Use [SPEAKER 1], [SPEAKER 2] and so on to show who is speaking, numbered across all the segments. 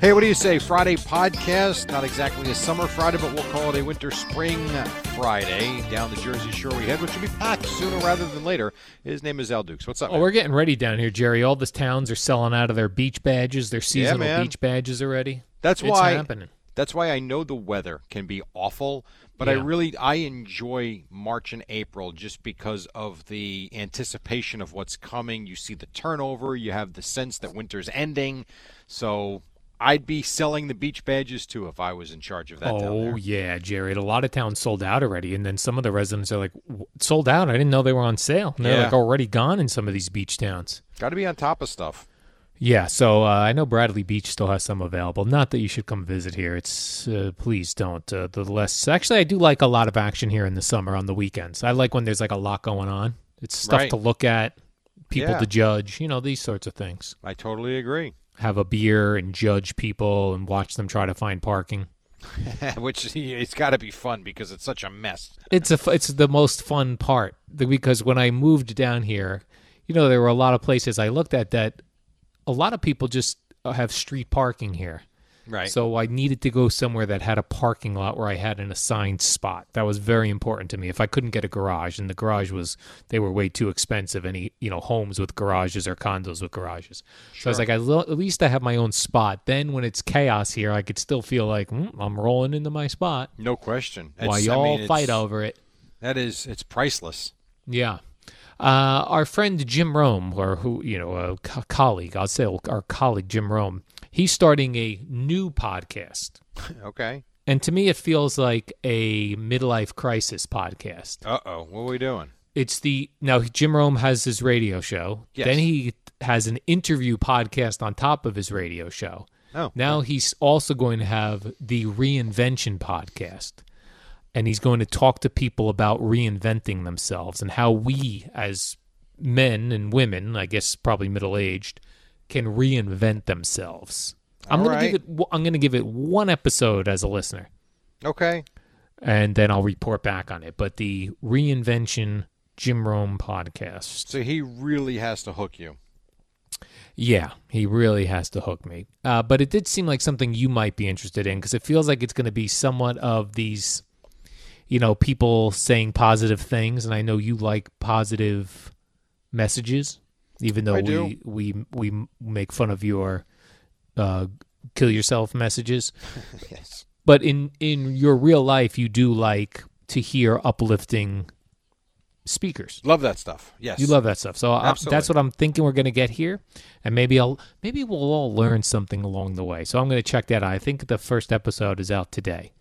[SPEAKER 1] Hey, what do you say? Friday podcast, not exactly a summer Friday, but we'll call it a winter spring Friday. Down the Jersey Shore we head, which should be packed sooner rather than later. His name is Al Dukes. What's up?
[SPEAKER 2] Oh,
[SPEAKER 1] man?
[SPEAKER 2] we're getting ready down here, Jerry. All the towns are selling out of their beach badges, their seasonal
[SPEAKER 1] man.
[SPEAKER 2] beach badges already.
[SPEAKER 1] That's
[SPEAKER 2] It's
[SPEAKER 1] why.
[SPEAKER 2] happening.
[SPEAKER 1] That's why I know the weather can be awful, but I
[SPEAKER 2] Yeah.
[SPEAKER 1] really I enjoy March and April just because of the anticipation of what's coming. You see the turnover. You have the sense that winter's ending. So I'd be selling the beach badges too if I was in charge of that. down there.
[SPEAKER 2] Oh yeah, Jerry. A lot of towns sold out already, and then some of the residents are like, "W- "Sold out? I didn't know they were on sale." And they're
[SPEAKER 1] Yeah.
[SPEAKER 2] like already gone in some of these beach towns.
[SPEAKER 1] Got to be on top of stuff.
[SPEAKER 2] Yeah, so uh, I know Bradley Beach still has some available. Not that you should come visit here. It's uh, please don't. Uh, the less actually, I do like a lot of action here in the summer on the weekends. I like when there's like a lot going on. It's stuff
[SPEAKER 1] Right.
[SPEAKER 2] to look at, people
[SPEAKER 1] Yeah.
[SPEAKER 2] to judge. You know these sorts of things.
[SPEAKER 1] I totally agree.
[SPEAKER 2] Have a beer and judge people and watch them try to find parking.
[SPEAKER 1] which it's got to be fun because it's such a mess.
[SPEAKER 2] It's a f- it's the most fun part the- because when I moved down here, you know there were a lot of places I looked at that a lot of people just uh, have street parking here.
[SPEAKER 1] Right.
[SPEAKER 2] So I needed to go somewhere that had a parking lot where I had an assigned spot. That was very important to me. If I couldn't get a garage, and the garage was, they were way too expensive. Any you know homes with garages or condos with garages. So I was like, I lo- at least I have my own spot. Then when it's chaos here, I could still feel like "Mm, I'm rolling into my spot
[SPEAKER 1] no question.
[SPEAKER 2] while
[SPEAKER 1] It's- I
[SPEAKER 2] y'all
[SPEAKER 1] mean, it's-
[SPEAKER 2] fight over it.
[SPEAKER 1] That is, it's priceless.
[SPEAKER 2] Yeah. Uh, our friend Jim Rome, or who, you know, a co- colleague, I'll say our colleague Jim Rome, he's starting a new podcast.
[SPEAKER 1] Okay.
[SPEAKER 2] And to me, it feels like a midlife crisis podcast.
[SPEAKER 1] Uh oh. What are we doing?
[SPEAKER 2] It's the now Jim Rome has his radio show.
[SPEAKER 1] Yes.
[SPEAKER 2] Then he has an interview podcast on top of his radio show.
[SPEAKER 1] Oh.
[SPEAKER 2] Now he's also going to have the reinvention podcast. And he's going to talk to people about reinventing themselves and how we as men and women, I guess probably middle aged, can reinvent themselves. I'm
[SPEAKER 1] All
[SPEAKER 2] gonna give
[SPEAKER 1] right.
[SPEAKER 2] it w- I'm gonna give it one episode as a listener
[SPEAKER 1] Okay.
[SPEAKER 2] and then I'll report back on it. But the reinvention Jim Rome podcast.
[SPEAKER 1] So he really has to hook you.
[SPEAKER 2] Yeah, he really has to hook me. Uh, but it did seem like something you might be interested in because it feels like it's going to be somewhat of these, you know, people saying positive things, and I know you like positive messages, even though
[SPEAKER 1] I do.
[SPEAKER 2] we we we make fun of your uh, kill yourself messages.
[SPEAKER 1] Yes.
[SPEAKER 2] but in in your real life you do like to hear uplifting speakers
[SPEAKER 1] Love that stuff. Yes.
[SPEAKER 2] you love that stuff so I,
[SPEAKER 1] Absolutely.
[SPEAKER 2] that's what i'm thinking we're going to get here and maybe i'll maybe we'll all learn something along the way so i'm going to check that out i think the first episode is out today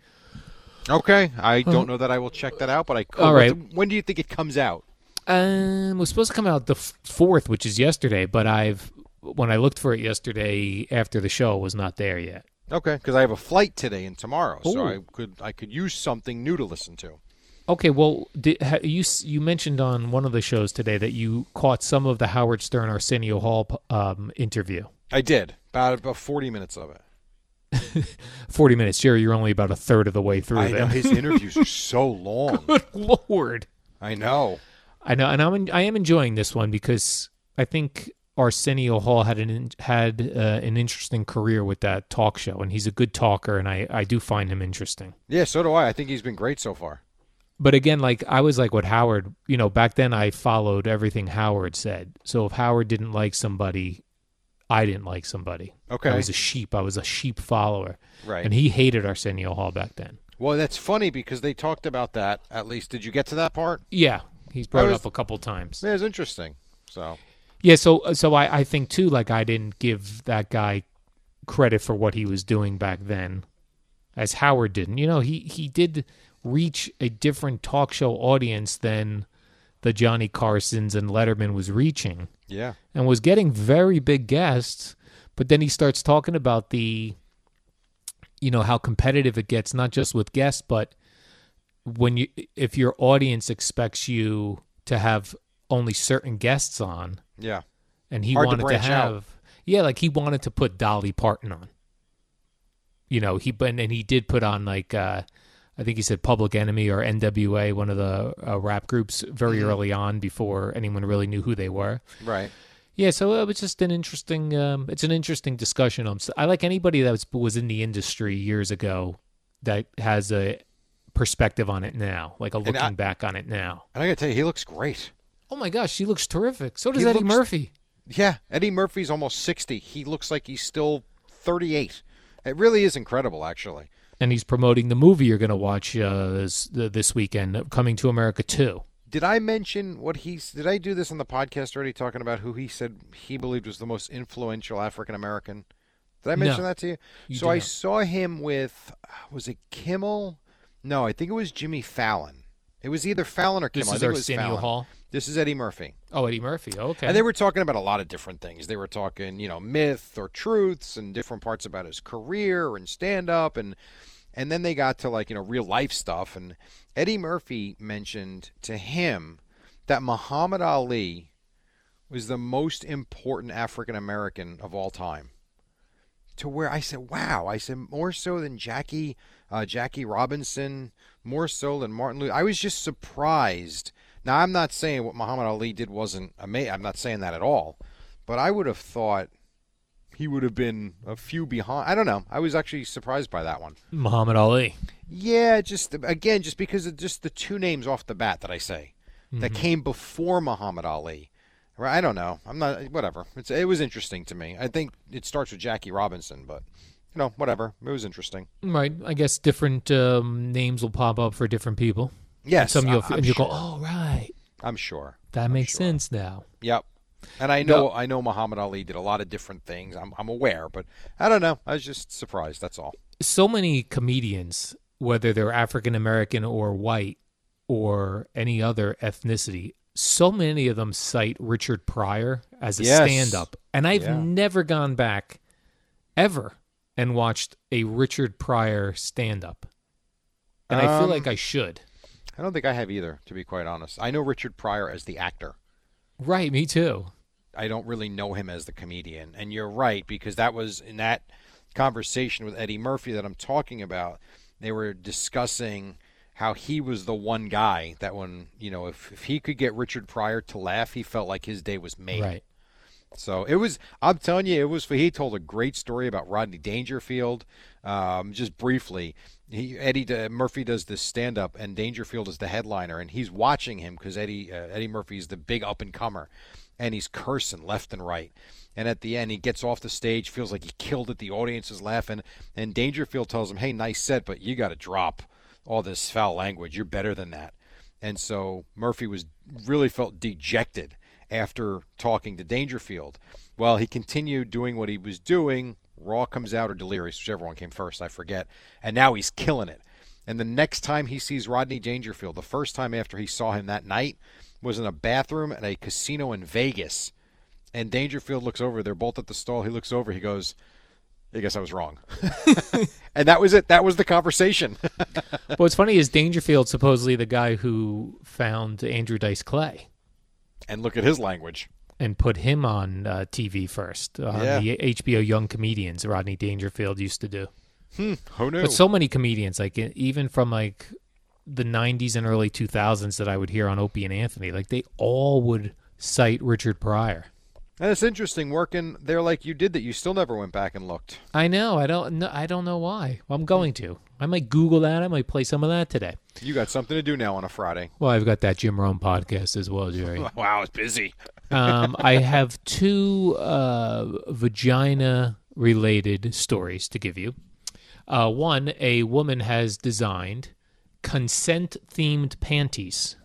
[SPEAKER 1] Okay. I don't know that I will check that out, but I could.
[SPEAKER 2] All right.
[SPEAKER 1] When do you think it comes out?
[SPEAKER 2] um was supposed to come out the f- fourth which is yesterday but i've when i looked for it yesterday after the show it was not there yet
[SPEAKER 1] Okay, because I have a flight today and tomorrow, so
[SPEAKER 2] Ooh.
[SPEAKER 1] I could I could use something new to listen to.
[SPEAKER 2] Okay, well, did, ha, you s- you mentioned on one of the shows today that you caught some of the Howard Stern Arsenio Hall p- um, interview.
[SPEAKER 1] I did about about forty minutes of it.
[SPEAKER 2] 40 minutes. Jerry, you're only about a third of the way through
[SPEAKER 1] I know
[SPEAKER 2] them.
[SPEAKER 1] his interviews are so long.
[SPEAKER 2] Lord.
[SPEAKER 1] I know.
[SPEAKER 2] I know, and I'm en- I am enjoying this one because I think Arsenio Hall had an in- had uh, an interesting career with that talk show, and he's a good talker, and I I do find him interesting.
[SPEAKER 1] Yeah, so do I. I think he's been great so far.
[SPEAKER 2] but again, like I was like what Howard, you know, back then I followed everything Howard said. So if Howard didn't like somebody, I didn't like somebody. I
[SPEAKER 1] Okay.
[SPEAKER 2] was a sheep. I was a sheep follower.
[SPEAKER 1] Right.
[SPEAKER 2] And he hated Arsenio Hall back then.
[SPEAKER 1] Well, that's funny because they talked about that. At least, did you get to that part?
[SPEAKER 2] Yeah. He's brought it
[SPEAKER 1] was-
[SPEAKER 2] up a couple times.
[SPEAKER 1] It was interesting. So,
[SPEAKER 2] Yeah, so uh, so I, I think too, like I didn't give that guy credit for what he was doing back then, as Howard didn't. You know, he he did reach a different talk show audience than the Johnny Carson's and Letterman was reaching,
[SPEAKER 1] yeah.
[SPEAKER 2] and was getting very big guests. But then he starts talking about the, you know, how competitive it gets, not just with guests, but when you if your audience expects you to have only certain guests on
[SPEAKER 1] Yeah.
[SPEAKER 2] and he
[SPEAKER 1] Hard to
[SPEAKER 2] wanted to,
[SPEAKER 1] branch out.
[SPEAKER 2] have yeah like he wanted to put dolly parton on you know he but and he did put on like uh i think he said public enemy or nwa one of the uh, rap groups very
[SPEAKER 1] Mm-hmm.
[SPEAKER 2] early on before anyone really knew who they were
[SPEAKER 1] Right.
[SPEAKER 2] yeah so uh, it was just an interesting um it's an interesting discussion um, so i like anybody that was, was in the industry years ago that has a perspective on it now like a looking
[SPEAKER 1] I-
[SPEAKER 2] back on it now
[SPEAKER 1] And I gotta tell you, he looks great.
[SPEAKER 2] oh my gosh she looks terrific so does
[SPEAKER 1] He
[SPEAKER 2] eddie
[SPEAKER 1] looks-
[SPEAKER 2] murphy
[SPEAKER 1] Yeah. Eddie Murphy's almost sixty. He looks like he's still thirty-eight. It really is incredible, actually.
[SPEAKER 2] and he's promoting the movie you're going to watch uh, this, th- this weekend, Coming to America 2.
[SPEAKER 1] Did I mention what he's? Did I do this on the podcast already? Talking about who he said he believed was the most influential African American. Did I mention
[SPEAKER 2] No,
[SPEAKER 1] that to you?
[SPEAKER 2] you
[SPEAKER 1] so
[SPEAKER 2] did
[SPEAKER 1] I
[SPEAKER 2] not.
[SPEAKER 1] saw him with, uh, was it Kimmel? No, I think it was Jimmy Fallon. It was either Fallon or
[SPEAKER 2] This
[SPEAKER 1] Kimmel. I
[SPEAKER 2] is
[SPEAKER 1] think it was
[SPEAKER 2] Arsenio
[SPEAKER 1] Fallon.
[SPEAKER 2] Hall?
[SPEAKER 1] This is Eddie Murphy.
[SPEAKER 2] Oh, Eddie Murphy. Okay.
[SPEAKER 1] And they were talking about a lot of different things. They were talking, you know, myth or truths and different parts about his career and stand up and and then they got to like, you know, real life stuff and Eddie Murphy mentioned to him that Muhammad Ali was the most important African American of all time. To where I said, "Wow!" I said more so than Jackie, uh, Jackie Robinson, more so than Martin Luther. I was just surprised. Now I'm not saying what Muhammad Ali did wasn't amazing. I'm not saying that at all, but I would have thought he would have been a few behind. I don't know. I was actually surprised by that one.
[SPEAKER 2] Muhammad Ali.
[SPEAKER 1] Yeah, just again, just because of just the two names off the bat that I say
[SPEAKER 2] Mm-hmm.
[SPEAKER 1] that came before Muhammad Ali. Right? I don't know. I'm not whatever. It's it was interesting to me. I think it starts with Jackie Robinson, but you know, whatever. It was interesting.
[SPEAKER 2] Right. I guess different um, names will pop up for different people.
[SPEAKER 1] Yes,
[SPEAKER 2] Some you'll,
[SPEAKER 1] I- I'm
[SPEAKER 2] and you'll
[SPEAKER 1] sure.
[SPEAKER 2] go, oh, right.
[SPEAKER 1] I'm sure.
[SPEAKER 2] That makes sense now.
[SPEAKER 1] Yep. And I know I know Muhammad Ali did a lot of different things. I'm I'm aware, but I don't know. I was just surprised. That's all.
[SPEAKER 2] So many comedians, whether they're African American or white or any other ethnicity, so many of them cite Richard Pryor as a
[SPEAKER 1] Yes.
[SPEAKER 2] stand up. And I've
[SPEAKER 1] Yeah.
[SPEAKER 2] never gone back ever and watched a Richard Pryor stand up. And I feel
[SPEAKER 1] Um,
[SPEAKER 2] like I should.
[SPEAKER 1] I don't think I have either, to be quite honest. I know Richard Pryor as the actor.
[SPEAKER 2] Right, me too.
[SPEAKER 1] I don't really know him as the comedian. And you're right because that was in that conversation with Eddie Murphy that I'm talking about. They were discussing how he was the one guy that when you know if, if he could get Richard Pryor to laugh, he felt like his day was made.
[SPEAKER 2] Right.
[SPEAKER 1] So it was. I'm telling you, it was. He told a great story about Rodney Dangerfield. Um, just briefly, he, Eddie uh, Murphy does this stand up, and Dangerfield is the headliner, and he's watching him because Eddie uh, Eddie Murphy is the big up and comer, and he's cursing left and right. And at the end, he gets off the stage, feels like he killed it. The audience is laughing, and Dangerfield tells him, "Hey, nice set, but you got to drop all this foul language. You're better than that." And so Murphy was really felt dejected after talking to Dangerfield. Well, he continued doing what he was doing. Raw comes out or Delirious, whichever one came first, I forget. And now he's killing it. And the next time he sees Rodney Dangerfield, the first time after he saw him that night, was in a bathroom at a casino in Vegas. And Dangerfield looks over. They're both at the stall. He looks over. He goes, I guess I was wrong. and that was it. That was the conversation.
[SPEAKER 2] But what's funny is Dangerfield supposedly the guy who found Andrew Dice Clay
[SPEAKER 1] and look at his language.
[SPEAKER 2] and put him on uh, TV first. Uh,
[SPEAKER 1] Yeah.
[SPEAKER 2] The HBO Young Comedians Rodney Dangerfield used to do.
[SPEAKER 1] Who knew?
[SPEAKER 2] But so many comedians, like e- even from like the '90s and early 2000s, that I would hear on Opie and Anthony, like they all would cite Richard Pryor.
[SPEAKER 1] And it's interesting working there like you did that you still never went back and looked.
[SPEAKER 2] I know. I don't. No, I don't know why. I'm going to. I might Google that. I might play some of that today.
[SPEAKER 1] You got something to do now on a Friday.
[SPEAKER 2] Well, I've got that Jim Rome podcast as well, Jerry.
[SPEAKER 1] Wow, it's busy.
[SPEAKER 2] um, I have two uh, vagina related stories to give you. Uh, one, a woman has designed consent themed panties.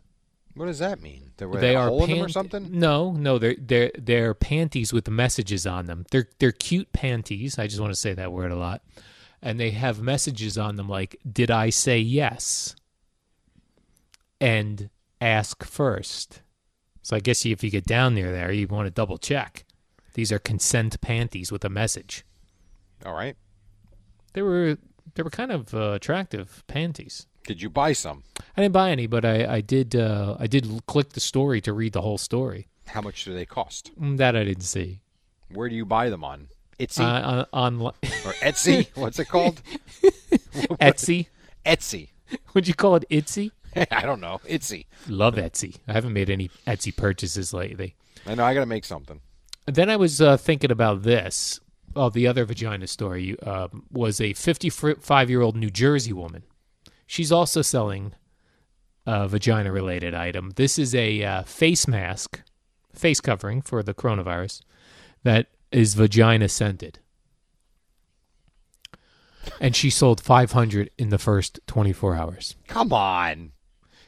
[SPEAKER 1] What does that mean? There were
[SPEAKER 2] they
[SPEAKER 1] a
[SPEAKER 2] are
[SPEAKER 1] hole in them or
[SPEAKER 2] pant-
[SPEAKER 1] something?
[SPEAKER 2] No, no, they're they're they're panties with messages on them. They're they're cute panties. I just want to say that word a lot, and they have messages on them like "Did I say yes?" and "Ask first. So I guess if you get down near there, you want to double check. These are consent panties with a message.
[SPEAKER 1] All right.
[SPEAKER 2] They were they were kind of uh, attractive panties.
[SPEAKER 1] Did you buy some?
[SPEAKER 2] I didn't buy any, but I I did uh, I did l- click the story to read the whole story.
[SPEAKER 1] How much do they cost?
[SPEAKER 2] Mm, That I didn't see.
[SPEAKER 1] Where do you buy them on? Etsy
[SPEAKER 2] Uh, on, on
[SPEAKER 1] or Etsy? What's it called?
[SPEAKER 2] Etsy.
[SPEAKER 1] Etsy.
[SPEAKER 2] Would you call it Etsy?
[SPEAKER 1] I don't know. Etsy.
[SPEAKER 2] Love Etsy. I haven't made any Etsy purchases lately.
[SPEAKER 1] I know I got to make something.
[SPEAKER 2] Then I was uh, thinking about this. Oh, the other vagina story uh, was a 55 year old New Jersey woman. She's also selling a vagina related item. This is a uh, face mask, face covering for the coronavirus that is vagina scented. And she sold 500 in the first 24 hours.
[SPEAKER 1] Come on.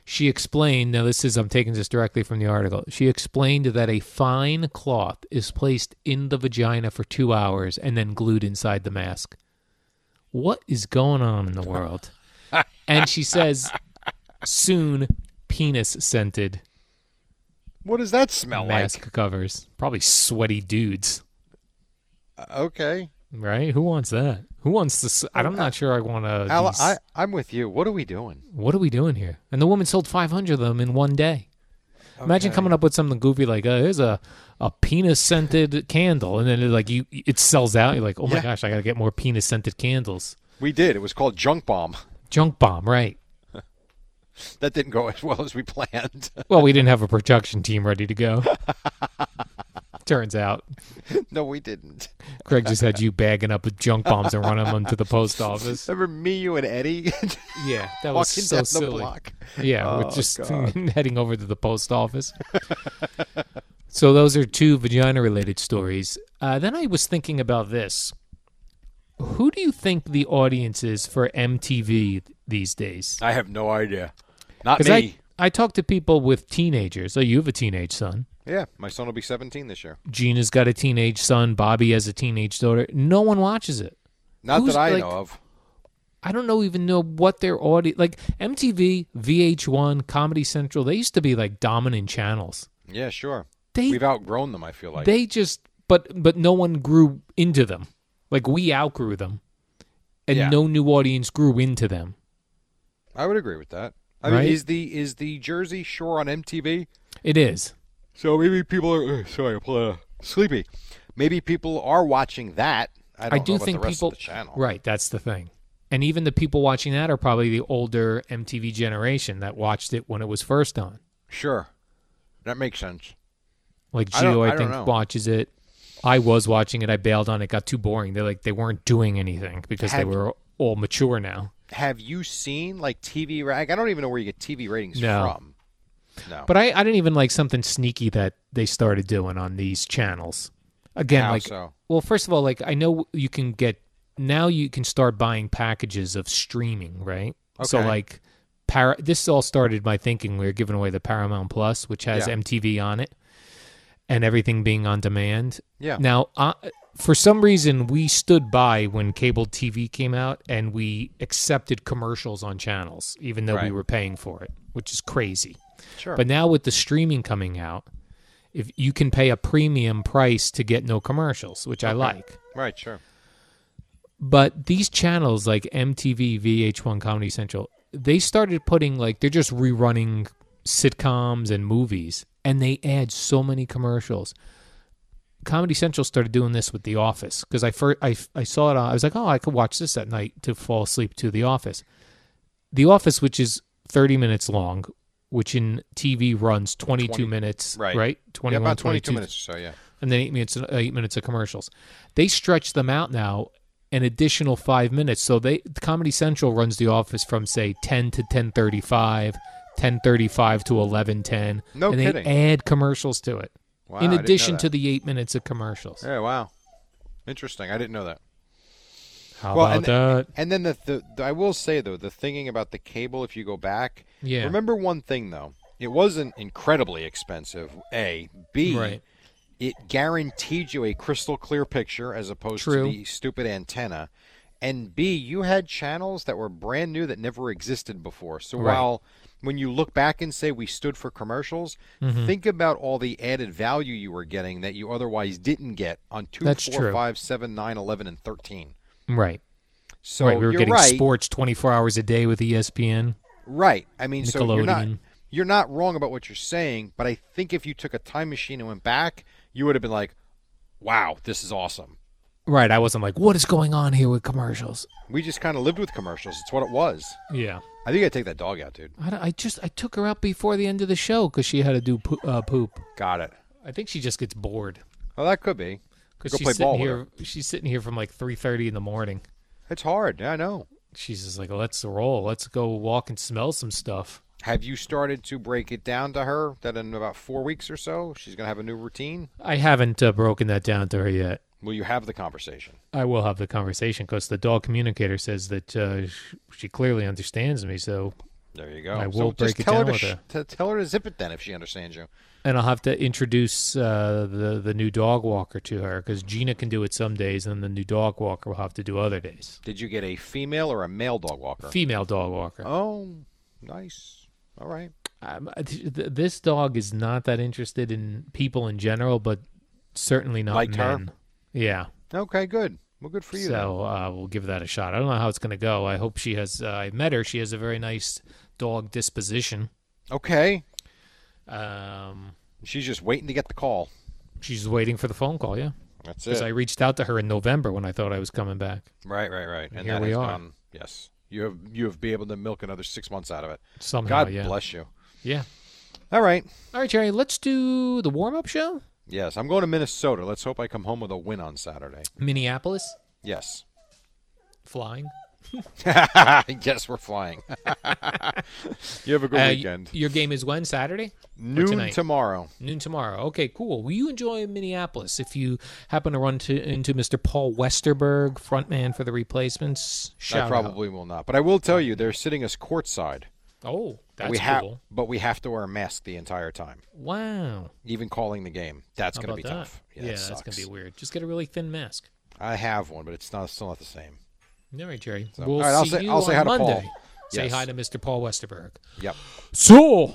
[SPEAKER 2] She explained, now this is, I'm taking this directly from the article. She explained that a fine cloth is placed in the vagina for two hours and then glued inside the mask. What is going on in the world? and she says, soon penis scented
[SPEAKER 1] What does that smell
[SPEAKER 2] mask covers. Probably sweaty dudes,
[SPEAKER 1] like? Okay.
[SPEAKER 2] right? Who wants that? Who wants this? I'm not sure I want to.
[SPEAKER 1] Al, I, I'm with you. What are we doing?
[SPEAKER 2] what are we doing here? And the woman sold 500 of them in one day. Imagine coming up with something goofy like, uh, "Here's a, a penis scented candle," and then it, like you, it sells out. You're like, "Oh my
[SPEAKER 1] Yeah.
[SPEAKER 2] gosh, I gotta get more penis scented candles."
[SPEAKER 1] We did. It was called Junk Bomb.
[SPEAKER 2] Junk bomb, right?
[SPEAKER 1] That didn't go as well as we planned.
[SPEAKER 2] Well, we didn't have a production team ready to go. Turns out,
[SPEAKER 1] no, we didn't.
[SPEAKER 2] Craig just had you bagging up with junk bombs and running them to the post office.
[SPEAKER 1] Remember me, you, and Eddie
[SPEAKER 2] Yeah, that was
[SPEAKER 1] walking
[SPEAKER 2] so
[SPEAKER 1] down
[SPEAKER 2] silly.
[SPEAKER 1] the block?
[SPEAKER 2] Yeah, with just heading over to the post office. so those are two vagina-related stories. Uh, then I was thinking about this. Who do you think the audience is for MTV these days?
[SPEAKER 1] I have no idea. Not me.
[SPEAKER 2] I I talk to people with teenagers. Oh, you have a teenage son.
[SPEAKER 1] Yeah, my son will be 17 this year.
[SPEAKER 2] Gina's got a teenage son. Bobby has a teenage daughter. No one watches it.
[SPEAKER 1] Not
[SPEAKER 2] Who's,
[SPEAKER 1] that I
[SPEAKER 2] like-
[SPEAKER 1] know of.
[SPEAKER 2] I don't know even know what their audience like MTV, VH1, Comedy Central. They used to be like dominant channels.
[SPEAKER 1] Yeah, sure.
[SPEAKER 2] They
[SPEAKER 1] We've outgrown them. I feel like.
[SPEAKER 2] they just but but no one grew into them like we outgrew them and
[SPEAKER 1] Yeah.
[SPEAKER 2] no new audience grew into them
[SPEAKER 1] I would agree with that. I
[SPEAKER 2] Right?
[SPEAKER 1] mean, is the is the Jersey Shore on MTV?
[SPEAKER 2] it is
[SPEAKER 1] So maybe people are uh, sorry, I'm, uh, sleepy. Maybe people are watching that. I
[SPEAKER 2] i,
[SPEAKER 1] don't
[SPEAKER 2] do
[SPEAKER 1] know about
[SPEAKER 2] think
[SPEAKER 1] the rest
[SPEAKER 2] people
[SPEAKER 1] of the channel.
[SPEAKER 2] right that's the thing and even the people watching that are probably the older mtv generation that watched it when it was first on
[SPEAKER 1] Sure, that makes sense.
[SPEAKER 2] like
[SPEAKER 1] I don't-
[SPEAKER 2] geo
[SPEAKER 1] I
[SPEAKER 2] i,
[SPEAKER 1] don't
[SPEAKER 2] think
[SPEAKER 1] know.
[SPEAKER 2] watches it i was watching it i bailed on it got too boring they like they weren't doing anything because they
[SPEAKER 1] Have-
[SPEAKER 2] were all mature now
[SPEAKER 1] Have you seen like TV rag? I don't even know where you get TV ratings
[SPEAKER 2] No.
[SPEAKER 1] from. No,
[SPEAKER 2] But I, I didn't even like something sneaky that they started doing on these channels. Again,
[SPEAKER 1] How
[SPEAKER 2] like,
[SPEAKER 1] so?
[SPEAKER 2] well, first of all, like I know you can get now you can start buying packages of streaming, right? So
[SPEAKER 1] Okay.
[SPEAKER 2] like, para, this all started by thinking we were giving away the Paramount Plus, which has
[SPEAKER 1] Yeah.
[SPEAKER 2] MTV on it, and everything being on demand.
[SPEAKER 1] yeah,
[SPEAKER 2] Now, uh, for some reason, we stood by when cable TV came out and we accepted commercials on channels, even though we
[SPEAKER 1] Right.
[SPEAKER 2] were paying for it, which is crazy.
[SPEAKER 1] sure.
[SPEAKER 2] But now with the streaming coming out, if you can pay a premium price to get no commercials, which I like.
[SPEAKER 1] right, sure.
[SPEAKER 2] But these channels like MTV, VH1, Comedy Central, they started putting like they're just rerunning sitcoms and movies and they add so many commercials. Comedy Central started doing this with The Office because I first I, I saw it on I was like, "Oh, I could watch this at night to fall asleep to The Office." The Office which is 30 minutes long, which in TV runs 22 minutes,
[SPEAKER 1] right.
[SPEAKER 2] right?
[SPEAKER 1] yeah,
[SPEAKER 2] 21
[SPEAKER 1] about
[SPEAKER 2] 22
[SPEAKER 1] 22 minutes or so. Yeah,
[SPEAKER 2] and then eight minutes eight minutes of commercials. They stretch them out now an additional five minutes. So they Comedy Central runs the office from say ten to ten thirty five. 1035 to 1110
[SPEAKER 1] No
[SPEAKER 2] and they
[SPEAKER 1] kidding.
[SPEAKER 2] add commercials to it
[SPEAKER 1] Wow, I
[SPEAKER 2] in
[SPEAKER 1] didn't know
[SPEAKER 2] addition
[SPEAKER 1] that.
[SPEAKER 2] to the eight minutes of commercials
[SPEAKER 1] Yeah, wow. Interesting. I didn't know that.
[SPEAKER 2] how
[SPEAKER 1] well,
[SPEAKER 2] about
[SPEAKER 1] and,
[SPEAKER 2] that
[SPEAKER 1] and then the, the, the I will say though the thinking about the cable if you go back.
[SPEAKER 2] Yeah.
[SPEAKER 1] Remember one thing though. It wasn't incredibly expensive. A B.
[SPEAKER 2] Right.
[SPEAKER 1] It guaranteed you a crystal clear picture as opposed
[SPEAKER 2] True.
[SPEAKER 1] to the stupid antenna. And B, you had channels that were brand new that never existed before. So
[SPEAKER 2] Right.
[SPEAKER 1] while when you look back and say we stood for commercials,
[SPEAKER 2] Mm-hmm.
[SPEAKER 1] think about all the added value you were getting that you otherwise didn't get on 2,
[SPEAKER 2] That's
[SPEAKER 1] four,
[SPEAKER 2] true.
[SPEAKER 1] five, seven, nine, 11, and 13.
[SPEAKER 2] right
[SPEAKER 1] So
[SPEAKER 2] right we were
[SPEAKER 1] you're
[SPEAKER 2] getting
[SPEAKER 1] right.
[SPEAKER 2] sports 24 hours a day with E espn
[SPEAKER 1] Right. I mean, so you're not
[SPEAKER 2] Nickelodeon.
[SPEAKER 1] you're not wrong about what you're saying, but I think if you took a time machine and went back, you would have been like, "Wow, this is awesome."
[SPEAKER 2] Right. I wasn't like, what is going on here with commercials?
[SPEAKER 1] We just kind of lived with commercials. It's what it was.
[SPEAKER 2] Yeah.
[SPEAKER 1] I think I take that dog out, dude.
[SPEAKER 2] I, I just, I took her out before the end of the show because she had to do po- uh, poop.
[SPEAKER 1] Got it.
[SPEAKER 2] I think she just gets bored
[SPEAKER 1] Well, that could be.
[SPEAKER 2] because
[SPEAKER 1] Go
[SPEAKER 2] she's
[SPEAKER 1] play
[SPEAKER 2] sitting
[SPEAKER 1] ball with
[SPEAKER 2] here. She's sitting here from like 3.30 in the morning.
[SPEAKER 1] It's hard. Yeah, I know.
[SPEAKER 2] She's just like, let's roll. Let's go walk and smell some stuff.
[SPEAKER 1] Have you started to break it down to her that in about four weeks or so she's gonna have a new routine?
[SPEAKER 2] I haven't uh, broken that down to her yet.
[SPEAKER 1] Will you have the conversation?
[SPEAKER 2] I will have the conversation because the dog communicator says that uh, sh- she clearly understands me. So,
[SPEAKER 1] There you go.
[SPEAKER 2] I
[SPEAKER 1] so
[SPEAKER 2] will
[SPEAKER 1] just
[SPEAKER 2] break it
[SPEAKER 1] tell
[SPEAKER 2] down
[SPEAKER 1] her to
[SPEAKER 2] with
[SPEAKER 1] sh-
[SPEAKER 2] her.
[SPEAKER 1] to tell her to zip it then if she understands you.
[SPEAKER 2] and I'll have to introduce uh, the the new dog walker to her because Gina can do it some days, and the new dog walker will have to do other days.
[SPEAKER 1] Did you get a female or a male dog walker?
[SPEAKER 2] female dog walker.
[SPEAKER 1] Oh, nice. All right.
[SPEAKER 2] Um, I- th- th- this dog is not that interested in people in general, but certainly not
[SPEAKER 1] Liked her?
[SPEAKER 2] men. Yeah,
[SPEAKER 1] Okay, good. Well, good for you. then.
[SPEAKER 2] so uh, we'll give that a shot. I don't know how it's going to go. I hope she has. Uh, I met her. She has a very nice dog disposition.
[SPEAKER 1] Okay.
[SPEAKER 2] Um,
[SPEAKER 1] She's just waiting to get the call.
[SPEAKER 2] she's waiting for the phone call. Yeah,
[SPEAKER 1] That's
[SPEAKER 2] because
[SPEAKER 1] it.
[SPEAKER 2] I reached out to her in November when I thought I was coming back.
[SPEAKER 1] Right, right, right. And
[SPEAKER 2] here
[SPEAKER 1] that
[SPEAKER 2] we
[SPEAKER 1] has
[SPEAKER 2] are.
[SPEAKER 1] gone- Yes. You have you have been able to milk another six months out of it.
[SPEAKER 2] Somehow,
[SPEAKER 1] God
[SPEAKER 2] yeah.
[SPEAKER 1] bless you.
[SPEAKER 2] Yeah.
[SPEAKER 1] All right.
[SPEAKER 2] All right, Jerry. Let's do the warm up show.
[SPEAKER 1] Yes, I'm going to Minnesota. Let's hope I come home with a win on Saturday.
[SPEAKER 2] Minneapolis
[SPEAKER 1] Yes.
[SPEAKER 2] flying.
[SPEAKER 1] yes, we're flying. you have a good
[SPEAKER 2] Uh, y-
[SPEAKER 1] weekend.
[SPEAKER 2] your game is when Saturday.
[SPEAKER 1] Noon
[SPEAKER 2] tonight.
[SPEAKER 1] tomorrow.
[SPEAKER 2] noon tomorrow. Okay, cool. Will you enjoy Minneapolis if you happen to run to, into Mr. Paul Westerberg, frontman for the replacements? Shout
[SPEAKER 1] I
[SPEAKER 2] out.
[SPEAKER 1] probably will not, but I will tell you they're sitting us courtside.
[SPEAKER 2] Oh, that's
[SPEAKER 1] we have,
[SPEAKER 2] cool.
[SPEAKER 1] but we have to wear a mask the entire time.
[SPEAKER 2] Wow.
[SPEAKER 1] even calling the game. That's
[SPEAKER 2] How
[SPEAKER 1] going
[SPEAKER 2] about
[SPEAKER 1] to be
[SPEAKER 2] that?
[SPEAKER 1] tough. Yeah,
[SPEAKER 2] Yeah, that's gonna be weird. Just get a really thin mask.
[SPEAKER 1] I have one, but it's not still not the same.
[SPEAKER 2] All right, Jerry.
[SPEAKER 1] So-
[SPEAKER 2] we'll
[SPEAKER 1] all right, I'll
[SPEAKER 2] see
[SPEAKER 1] say-
[SPEAKER 2] you
[SPEAKER 1] I'll say
[SPEAKER 2] on
[SPEAKER 1] hi to Paul.
[SPEAKER 2] Monday. Say
[SPEAKER 1] Yes.
[SPEAKER 2] hi to Mr. Paul Westerberg.
[SPEAKER 1] Yep.
[SPEAKER 2] So.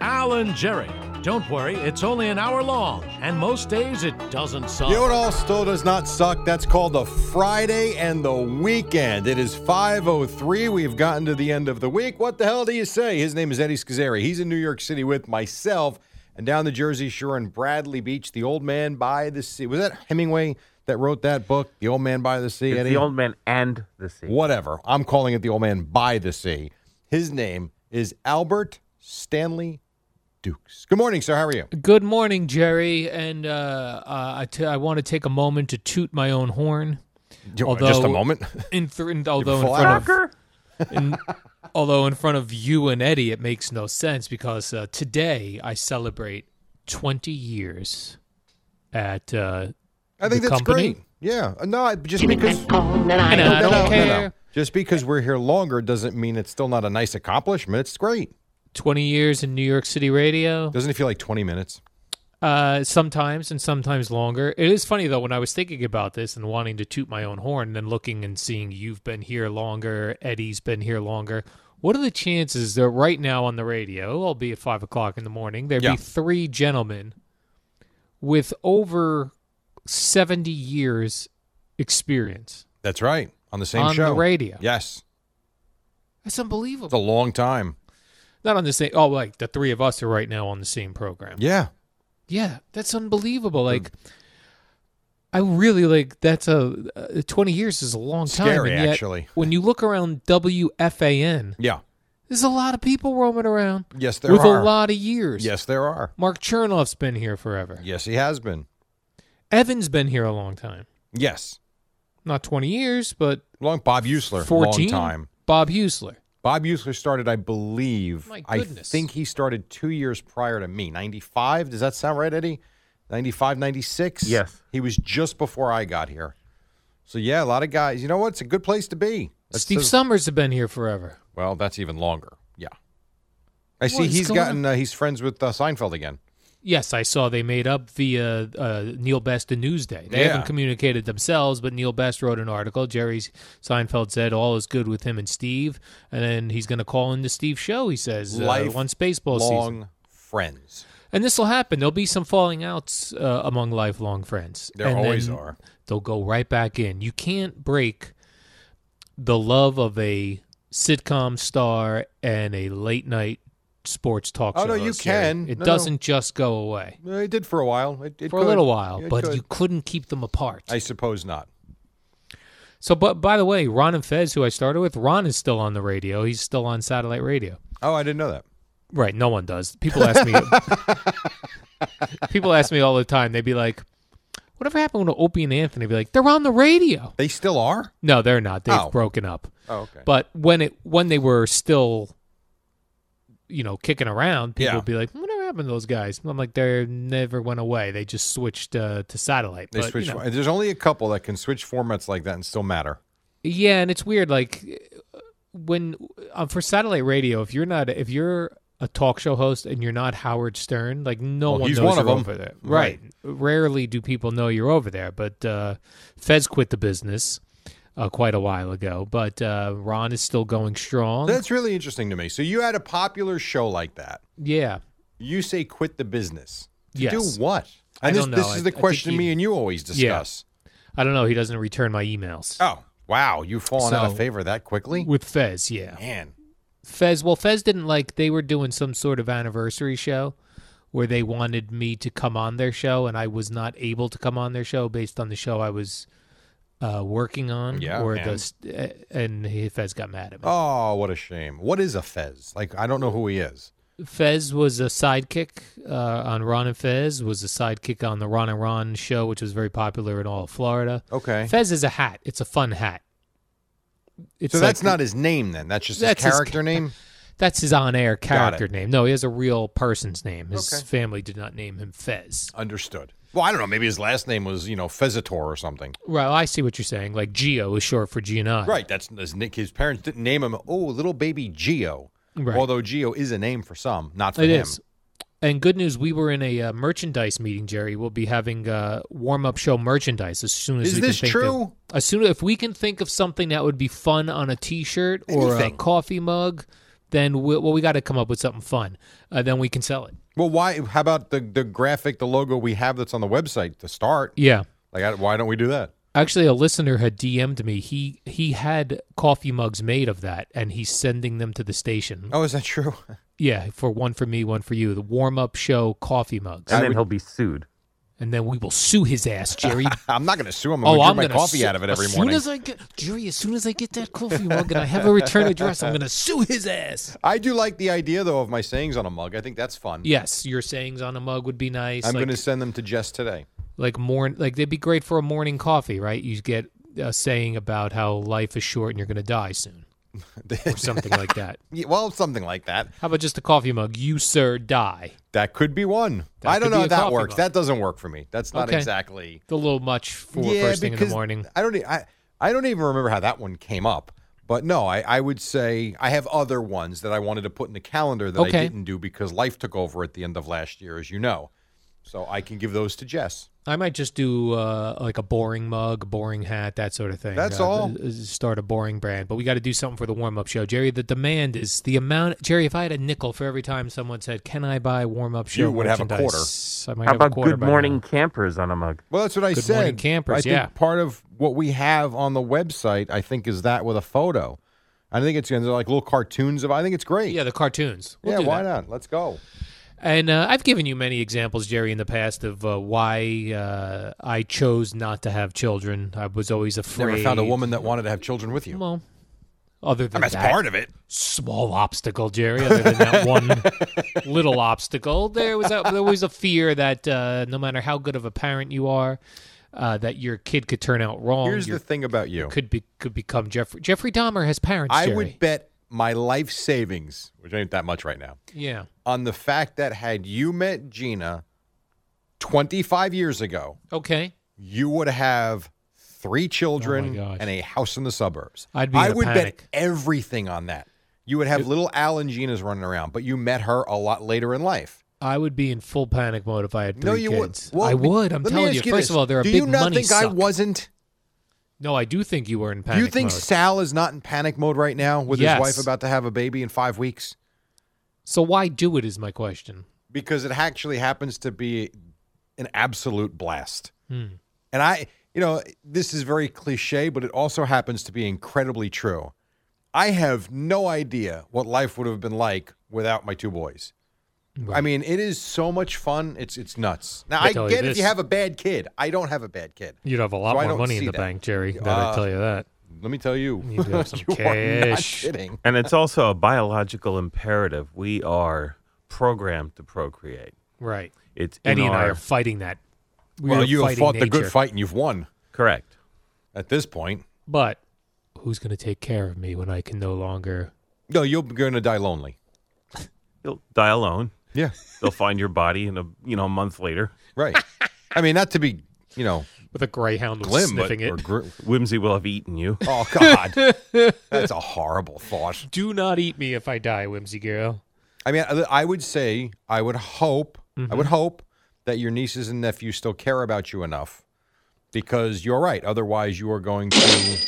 [SPEAKER 3] Alan Jerry. Don't worry, it's only an hour long, and most days it doesn't suck.
[SPEAKER 4] You know what all still does not suck? That's called the Friday and the weekend. It is 5.03. We've gotten to the end of the week. What the hell do you say? His name is Eddie Scazzeri. He's in New York City with myself and down the Jersey Shore in Bradley Beach, the old man by the sea. Was that Hemingway that wrote that book, The Old Man by the Sea?
[SPEAKER 5] It's
[SPEAKER 4] Eddie?
[SPEAKER 5] the old man and the sea.
[SPEAKER 4] Whatever. I'm calling it the old man by the sea. His name is Albert Stanley Dukes. Good morning, sir. How are you?
[SPEAKER 2] Good morning, Jerry. And uh, uh, I, t- I want to take a moment to toot my own horn.
[SPEAKER 4] Just a
[SPEAKER 2] Although-
[SPEAKER 4] moment.
[SPEAKER 2] In th- in- although in
[SPEAKER 4] fly.
[SPEAKER 2] front of, in, although in front of you and Eddie, it makes no sense because uh, today I celebrate 20 years at uh,
[SPEAKER 4] I think
[SPEAKER 2] the
[SPEAKER 4] that's
[SPEAKER 2] company.
[SPEAKER 4] great. Yeah. Uh, No, I- just because
[SPEAKER 2] and
[SPEAKER 4] No,
[SPEAKER 2] I
[SPEAKER 4] no,
[SPEAKER 2] don't
[SPEAKER 4] no, no, no.
[SPEAKER 2] care.
[SPEAKER 4] Just because we're here longer doesn't mean it's still not a nice accomplishment. It's great.
[SPEAKER 2] 20 years in New York City radio.
[SPEAKER 4] Doesn't it feel like 20 minutes?
[SPEAKER 2] Uh, sometimes and sometimes longer. It is funny though when I was thinking about this and wanting to toot my own horn, then looking and seeing you've been here longer, Eddie's been here longer. What are the chances that right now on the radio, albeit five o'clock in the morning, there'd
[SPEAKER 6] Yeah.
[SPEAKER 2] be three gentlemen with over seventy years experience
[SPEAKER 1] That's right. On the same
[SPEAKER 2] on
[SPEAKER 1] show.
[SPEAKER 2] the radio?
[SPEAKER 1] Yes.
[SPEAKER 2] That's
[SPEAKER 1] It's a
[SPEAKER 2] unbelievable.
[SPEAKER 1] long time.
[SPEAKER 2] Not on the same. Oh, like the three of us are right now on the same program.
[SPEAKER 1] Yeah.
[SPEAKER 2] Yeah, that's unbelievable.
[SPEAKER 1] Hmm.
[SPEAKER 2] Like, I really like that's a uh, twenty years is a long time.
[SPEAKER 1] Scary,
[SPEAKER 2] and yet,
[SPEAKER 1] actually.
[SPEAKER 2] when you look around WFAN,
[SPEAKER 1] Yeah.
[SPEAKER 2] there's a lot of people roaming around
[SPEAKER 1] Yes, there
[SPEAKER 2] with
[SPEAKER 1] are.
[SPEAKER 2] a lot of years.
[SPEAKER 1] Yes, there are.
[SPEAKER 2] Mark Chernoff's been here forever.
[SPEAKER 1] Yes, he has been.
[SPEAKER 2] Evan's been here a long time.
[SPEAKER 1] Yes.
[SPEAKER 2] Not twenty years, but
[SPEAKER 1] Long Bob Usler.
[SPEAKER 2] fourteen.
[SPEAKER 1] Long time.
[SPEAKER 2] Bob Huesler.
[SPEAKER 1] Bob Usler started, I believe.
[SPEAKER 2] My
[SPEAKER 1] I
[SPEAKER 2] goodness.
[SPEAKER 1] think he started two years prior to me. 95. Does that sound right, Eddie? 95, 96?
[SPEAKER 7] Yes.
[SPEAKER 1] He was just before I got here. So, yeah, a lot of guys. You know what? It's a good place to be. That
[SPEAKER 2] Steve
[SPEAKER 1] says-
[SPEAKER 2] Summers have been here forever.
[SPEAKER 1] Well, that's even longer. Yeah. I see
[SPEAKER 2] is
[SPEAKER 1] he's
[SPEAKER 2] going
[SPEAKER 1] gotten, uh, he's friends with uh, Seinfeld again.
[SPEAKER 2] Yes, I saw they made up via uh, Neil Best and Newsday. They
[SPEAKER 1] Yeah.
[SPEAKER 2] haven't communicated themselves, but Neil Best wrote an article. Jerry Seinfeld said all is good with him and Steve, and then he's going to call into Steve's show. He says uh, once baseball
[SPEAKER 1] long
[SPEAKER 2] season,
[SPEAKER 1] friends.
[SPEAKER 2] and this will happen. There'll be some falling outs uh, among lifelong friends.
[SPEAKER 1] There
[SPEAKER 2] And
[SPEAKER 1] always
[SPEAKER 2] then
[SPEAKER 1] are.
[SPEAKER 2] They'll go right back in. You can't break the love of a sitcom star and a late night sports talk
[SPEAKER 1] Oh,
[SPEAKER 2] show.
[SPEAKER 1] no, you
[SPEAKER 2] host, Jerry.
[SPEAKER 1] can.
[SPEAKER 2] It
[SPEAKER 1] No, no.
[SPEAKER 2] doesn't just go away
[SPEAKER 1] Uh, It did for a while. It, it
[SPEAKER 2] for
[SPEAKER 1] could.
[SPEAKER 2] a little while,
[SPEAKER 1] It
[SPEAKER 2] but
[SPEAKER 1] could.
[SPEAKER 2] you couldn't keep them apart.
[SPEAKER 1] I suppose not.
[SPEAKER 2] so, but by the way, Ron and Fez, who I started with, Ron is still on the radio. He's still on satellite radio.
[SPEAKER 1] Oh, I didn't know that.
[SPEAKER 2] Right? No one does. People ask me. people ask me all the time. They'd be like, "Whatever happened to Opie and Anthony?" I'd be like, "They're on the radio."
[SPEAKER 1] They still are?
[SPEAKER 2] No, they're not. They've
[SPEAKER 1] Oh.
[SPEAKER 2] broken up.
[SPEAKER 1] Oh, okay.
[SPEAKER 2] But when it when they were still, you know, kicking around, people
[SPEAKER 1] Yeah.
[SPEAKER 2] would be like, "Whatever happened to those guys?" I'm like, "They never went away. They just switched uh, to satellite."
[SPEAKER 1] They
[SPEAKER 2] But, you
[SPEAKER 1] switch.
[SPEAKER 2] know.
[SPEAKER 1] for- There's only a couple that can switch formats like that and still matter.
[SPEAKER 2] Yeah, and it's weird. Like when uh, for satellite radio, if you're not if you're a talk show host and you're not Howard Stern, like no
[SPEAKER 1] Well,
[SPEAKER 2] one
[SPEAKER 1] he's
[SPEAKER 2] knows
[SPEAKER 1] one of
[SPEAKER 2] you're
[SPEAKER 1] them.
[SPEAKER 2] over there.
[SPEAKER 1] Right.
[SPEAKER 2] Right. Rarely do people know you're over there. But uh, Fez quit the business uh, quite a while ago. But uh, Ron is still going strong.
[SPEAKER 1] That's really interesting to me. So you had a popular show like that.
[SPEAKER 2] yeah.
[SPEAKER 1] You say quit the business. To
[SPEAKER 2] Yes.
[SPEAKER 1] Do what?
[SPEAKER 2] I
[SPEAKER 1] And this,
[SPEAKER 2] don't
[SPEAKER 1] this
[SPEAKER 2] know.
[SPEAKER 1] is
[SPEAKER 2] I-
[SPEAKER 1] the
[SPEAKER 2] I think
[SPEAKER 1] question
[SPEAKER 2] he-
[SPEAKER 1] me and you always discuss.
[SPEAKER 2] I don't know. He doesn't return my emails
[SPEAKER 1] Oh, wow. You've fallen out
[SPEAKER 2] So-
[SPEAKER 1] of favor that quickly?
[SPEAKER 2] with Fez. Yeah.
[SPEAKER 1] Man.
[SPEAKER 2] Fez, well, Fez didn't like, they were doing some sort of anniversary show where they wanted me to come on their show, and I was not able to come on their show based on the show I was uh, working on.
[SPEAKER 1] Yeah,
[SPEAKER 2] Or
[SPEAKER 1] and-
[SPEAKER 2] the, st- and he, Fez got mad at me.
[SPEAKER 1] Oh, what a shame. What is a Fez? Like, I don't know who he is.
[SPEAKER 2] Fez was a sidekick uh, on Ron and Fez, was a sidekick on the Ron and Ron show, which was very popular in all of Florida.
[SPEAKER 1] Okay.
[SPEAKER 2] Fez is a hat. It's a fun hat. It's
[SPEAKER 1] so that's
[SPEAKER 2] like-
[SPEAKER 1] not his name then. That's just
[SPEAKER 2] That's
[SPEAKER 1] his
[SPEAKER 2] his
[SPEAKER 1] character
[SPEAKER 2] ca-
[SPEAKER 1] name?
[SPEAKER 2] That's his on-air
[SPEAKER 1] Got
[SPEAKER 2] character
[SPEAKER 1] it.
[SPEAKER 2] name. No, he has a real person's name. His
[SPEAKER 1] Okay.
[SPEAKER 2] family did not name him Fez.
[SPEAKER 1] Understood. Well, I don't know. Maybe his last name was, you know, Fezator or something.
[SPEAKER 2] Well, I see what you're saying. Like Geo is short for Gianni.
[SPEAKER 1] Right. That's his, nick- his parents didn't name him. Oh, little baby Geo.
[SPEAKER 2] Right.
[SPEAKER 1] Although Geo is a name for some, not for
[SPEAKER 2] It
[SPEAKER 1] him.
[SPEAKER 2] is. And good news, we were in a uh, merchandise meeting, Jerry. We'll be having uh, warm-up show merchandise as soon as
[SPEAKER 1] Is
[SPEAKER 2] we
[SPEAKER 1] this
[SPEAKER 2] can think
[SPEAKER 1] true?
[SPEAKER 2] Of, as soon if we can think of something that would be fun on a T-shirt or a
[SPEAKER 1] Anything.
[SPEAKER 2] coffee mug, then we, well, we got to come up with something fun. Uh, then we can sell it.
[SPEAKER 1] Well, why? How about the the graphic, the logo we have that's on the website to start?
[SPEAKER 2] Yeah.
[SPEAKER 1] Like, I, why don't we do that?
[SPEAKER 2] Actually, a listener had DM'd me. He he had coffee mugs made of that, and he's sending them to the station.
[SPEAKER 1] Oh, is that true?
[SPEAKER 2] Yeah, for one for me, one for you. The warm up show coffee mugs,
[SPEAKER 7] And then he'll be sued.
[SPEAKER 2] and then we will sue his ass, Jerry.
[SPEAKER 1] I'm not going to sue him. I'm
[SPEAKER 2] oh,
[SPEAKER 1] going
[SPEAKER 2] I'm
[SPEAKER 1] to drink
[SPEAKER 2] gonna
[SPEAKER 1] my coffee
[SPEAKER 2] sue-
[SPEAKER 1] out of it every
[SPEAKER 2] as
[SPEAKER 1] morning.
[SPEAKER 2] As soon as I get Jerry, as soon as I get that coffee mug and I have a return address, I'm gonna sue his ass.
[SPEAKER 1] I do like the idea though of my sayings on a mug. I think that's fun.
[SPEAKER 2] Yes, your sayings on a mug would be nice.
[SPEAKER 1] I'm
[SPEAKER 2] like,
[SPEAKER 1] going to send them to Jess today.
[SPEAKER 2] like morn like they'd be great for a morning coffee, right? You get a saying about how life is short and you're gonna die soon, or something like that.
[SPEAKER 1] Yeah, well, something like that.
[SPEAKER 2] How about just a coffee mug? You sir die.
[SPEAKER 1] That could be one.
[SPEAKER 2] That
[SPEAKER 1] I don't
[SPEAKER 2] could
[SPEAKER 1] know
[SPEAKER 2] be
[SPEAKER 1] how
[SPEAKER 2] a
[SPEAKER 1] that
[SPEAKER 2] coffee
[SPEAKER 1] works.
[SPEAKER 2] mug.
[SPEAKER 1] That doesn't work for me. That's not
[SPEAKER 2] Okay.
[SPEAKER 1] exactly.
[SPEAKER 2] A little much for first thing in the morning.
[SPEAKER 1] I don't. e- I I don't even remember how that one came up. But no, I, I would say I have other ones that I wanted to put in the calendar that I
[SPEAKER 2] Okay.
[SPEAKER 1] didn't do because life took over at the end of last year, as you know. So I can give those to Jess.
[SPEAKER 2] I might just do uh, like a boring mug, boring hat, that sort of thing.
[SPEAKER 1] That's
[SPEAKER 2] Uh,
[SPEAKER 1] all.
[SPEAKER 2] th- Start a boring brand, but we got to do something for the warm up show, Jerry. The demand is the amount, Jerry. If I had a nickel for every time someone said, "Can I buy warm up show?"
[SPEAKER 1] You would have a quarter.
[SPEAKER 2] merchandise?" I might
[SPEAKER 7] How
[SPEAKER 2] have a
[SPEAKER 7] about
[SPEAKER 2] quarter
[SPEAKER 7] good
[SPEAKER 2] by now.
[SPEAKER 7] morning campers on a mug?
[SPEAKER 1] Well, that's what I
[SPEAKER 2] Good
[SPEAKER 1] said.
[SPEAKER 2] morning campers,
[SPEAKER 1] I think
[SPEAKER 2] yeah.
[SPEAKER 1] part of what we have on the website, I think, is that with a photo. I think it's going to like little cartoons of. I think it's great.
[SPEAKER 2] Yeah, the cartoons. We'll
[SPEAKER 1] yeah.
[SPEAKER 2] do
[SPEAKER 1] Why
[SPEAKER 2] that.
[SPEAKER 1] not? Let's go.
[SPEAKER 2] And uh, I've given you many examples, Jerry, in the past of uh, why uh, I chose not to have children. I was always afraid.
[SPEAKER 1] Never found a woman that wanted to have children with you.
[SPEAKER 2] Well, other than
[SPEAKER 1] That's
[SPEAKER 2] that,
[SPEAKER 1] part of it.
[SPEAKER 2] small obstacle, Jerry. Other than that one little obstacle, there was a, there was a fear that uh, no matter how good of a parent you are, uh, that your kid could turn out wrong.
[SPEAKER 1] Here's
[SPEAKER 2] your
[SPEAKER 1] the thing about you.
[SPEAKER 2] could be could become Jeffrey Jeffrey Dahmer has parents.
[SPEAKER 1] I
[SPEAKER 2] Jerry.
[SPEAKER 1] would bet my life savings, which ain't that much right now,
[SPEAKER 2] yeah.
[SPEAKER 1] on the fact that had you met Gina 25 years ago,
[SPEAKER 2] Okay.
[SPEAKER 1] you would have three children
[SPEAKER 2] Oh gosh.
[SPEAKER 1] and a house in the suburbs.
[SPEAKER 2] I'd be
[SPEAKER 1] I
[SPEAKER 2] in a
[SPEAKER 1] would
[SPEAKER 2] panic.
[SPEAKER 1] bet everything on that. You would have little Al and Gina's running around, but you met her a lot later in life.
[SPEAKER 2] I would be in full panic mode if I had three
[SPEAKER 1] no, you
[SPEAKER 2] kids.
[SPEAKER 1] would. Well,
[SPEAKER 2] I would. I'm
[SPEAKER 1] let me
[SPEAKER 2] telling you.
[SPEAKER 1] ask
[SPEAKER 2] First
[SPEAKER 1] this.
[SPEAKER 2] of all, they're a
[SPEAKER 1] Do
[SPEAKER 2] big
[SPEAKER 1] you not
[SPEAKER 2] money
[SPEAKER 1] think I
[SPEAKER 2] suck.
[SPEAKER 1] wasn't?
[SPEAKER 2] No, I do think you were in
[SPEAKER 1] Do
[SPEAKER 2] panic.
[SPEAKER 1] you think
[SPEAKER 2] mode.
[SPEAKER 1] Sal is not in panic mode right now with
[SPEAKER 2] Yes.
[SPEAKER 1] his wife about to have a baby in five weeks?
[SPEAKER 2] So why do it is my question.
[SPEAKER 1] because it actually happens to be an absolute blast.
[SPEAKER 2] Hmm.
[SPEAKER 1] And I, you know, this is very cliche, but it also happens to be incredibly true. I have no idea what life would have been like without my two boys. I
[SPEAKER 2] Right.
[SPEAKER 1] mean, it is so much fun. It's it's nuts. Now
[SPEAKER 2] I
[SPEAKER 1] I,
[SPEAKER 2] tell you
[SPEAKER 1] get if
[SPEAKER 2] this.
[SPEAKER 1] you have a bad kid. I don't have a bad kid.
[SPEAKER 2] You'd have a lot
[SPEAKER 1] So I
[SPEAKER 2] more
[SPEAKER 1] don't
[SPEAKER 2] money in
[SPEAKER 1] see
[SPEAKER 2] the
[SPEAKER 1] that.
[SPEAKER 2] bank, Jerry. That
[SPEAKER 1] Uh,
[SPEAKER 2] I tell you that.
[SPEAKER 1] Let me tell you,
[SPEAKER 2] You do have some
[SPEAKER 1] you are not
[SPEAKER 2] cash.
[SPEAKER 1] kidding.
[SPEAKER 7] And it's also a biological imperative. We are programmed to procreate.
[SPEAKER 2] Right.
[SPEAKER 7] It's in
[SPEAKER 2] Eddie and I
[SPEAKER 7] our-
[SPEAKER 2] are fighting that. We
[SPEAKER 1] well,
[SPEAKER 2] are
[SPEAKER 1] you have
[SPEAKER 2] fighting
[SPEAKER 1] fought the good
[SPEAKER 2] nature.
[SPEAKER 1] fight and you've won
[SPEAKER 7] correct.
[SPEAKER 1] at this point.
[SPEAKER 2] But who's going to take care of me when I can no longer?
[SPEAKER 1] No, you're going to die lonely.
[SPEAKER 7] You'll die alone.
[SPEAKER 1] Yeah,
[SPEAKER 7] They'll find your body in a you know a month later.
[SPEAKER 1] right. I mean, not to be, you know,
[SPEAKER 2] With a greyhound was
[SPEAKER 1] glim, but
[SPEAKER 2] sniffing it.
[SPEAKER 1] or gr-
[SPEAKER 7] Whimsy will have eaten you.
[SPEAKER 1] Oh God, that's a horrible thought.
[SPEAKER 2] Do not eat me if I die, whimsy girl.
[SPEAKER 1] I mean, I- I would say, I would hope, I
[SPEAKER 2] Mm-hmm.
[SPEAKER 1] would hope that your nieces and nephews still care about you enough, because you're right. Otherwise, you are going to,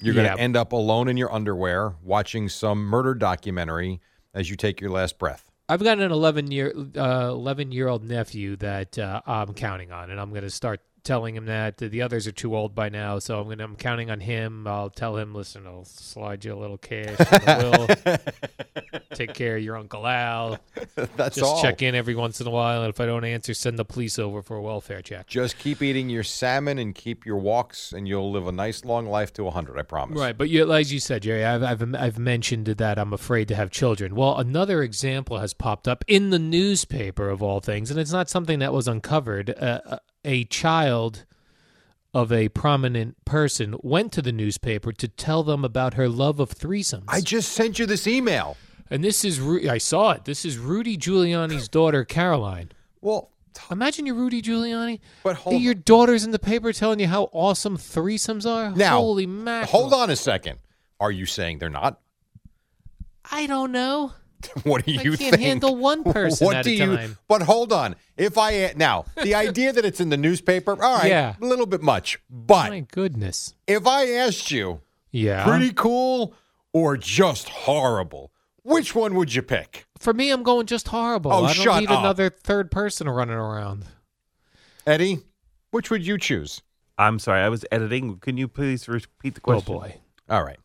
[SPEAKER 1] you're going
[SPEAKER 2] Yeah.
[SPEAKER 1] to end up alone in your underwear watching some murder documentary as you take your last breath.
[SPEAKER 2] I've got an 11 year uh, 11 year old nephew that uh, I'm counting on, and I'm going to start telling him that the others are too old by now. So I'm going to I'm counting on him. I'll tell him, listen, I'll slide you a little cash. in the will take care of your uncle Al.
[SPEAKER 1] That's
[SPEAKER 2] Just
[SPEAKER 1] all.
[SPEAKER 2] check in every once in a while, and if I don't answer, send the police over for a welfare check.
[SPEAKER 1] Just keep eating your salmon and keep your walks, and you'll live a nice long life to 100. I promise.
[SPEAKER 2] Right, but you, as you said, Jerry, I've, I've I've mentioned that I'm afraid to have children. Well, another example has popped up in the newspaper of all things, and it's not something that was uncovered. Uh, a- a child of a prominent person went to the newspaper to tell them about her love of threesomes.
[SPEAKER 1] I just sent you this email.
[SPEAKER 2] and this is Ru- I saw it. This is Rudy Giuliani's daughter, Caroline.
[SPEAKER 1] Well,
[SPEAKER 2] Imagine you're Rudy Giuliani.
[SPEAKER 1] But hold
[SPEAKER 2] your daughter's in the paper telling you how awesome threesomes are.
[SPEAKER 1] Now,
[SPEAKER 2] holy mackerel!
[SPEAKER 1] hold on a second. Are you saying they're not?
[SPEAKER 2] I don't know.
[SPEAKER 1] What do
[SPEAKER 2] I
[SPEAKER 1] you
[SPEAKER 2] can't
[SPEAKER 1] think?
[SPEAKER 2] handle one person
[SPEAKER 1] what
[SPEAKER 2] at
[SPEAKER 1] do
[SPEAKER 2] a
[SPEAKER 1] you,
[SPEAKER 2] time.
[SPEAKER 1] But hold on. If I now the idea that it's in the newspaper, all right,
[SPEAKER 2] Yeah.
[SPEAKER 1] a little bit much. But
[SPEAKER 2] My goodness.
[SPEAKER 1] if I asked you,
[SPEAKER 2] Yeah.
[SPEAKER 1] pretty cool or just horrible, which one would you pick?
[SPEAKER 2] For me, I'm going just horrible.
[SPEAKER 1] Oh,
[SPEAKER 2] I don't
[SPEAKER 1] shut
[SPEAKER 2] need
[SPEAKER 1] up.
[SPEAKER 2] another third person running around.
[SPEAKER 1] Eddie, which would you choose?
[SPEAKER 7] I'm sorry, I was editing. Can you please repeat the question?
[SPEAKER 2] Oh boy.
[SPEAKER 1] All right.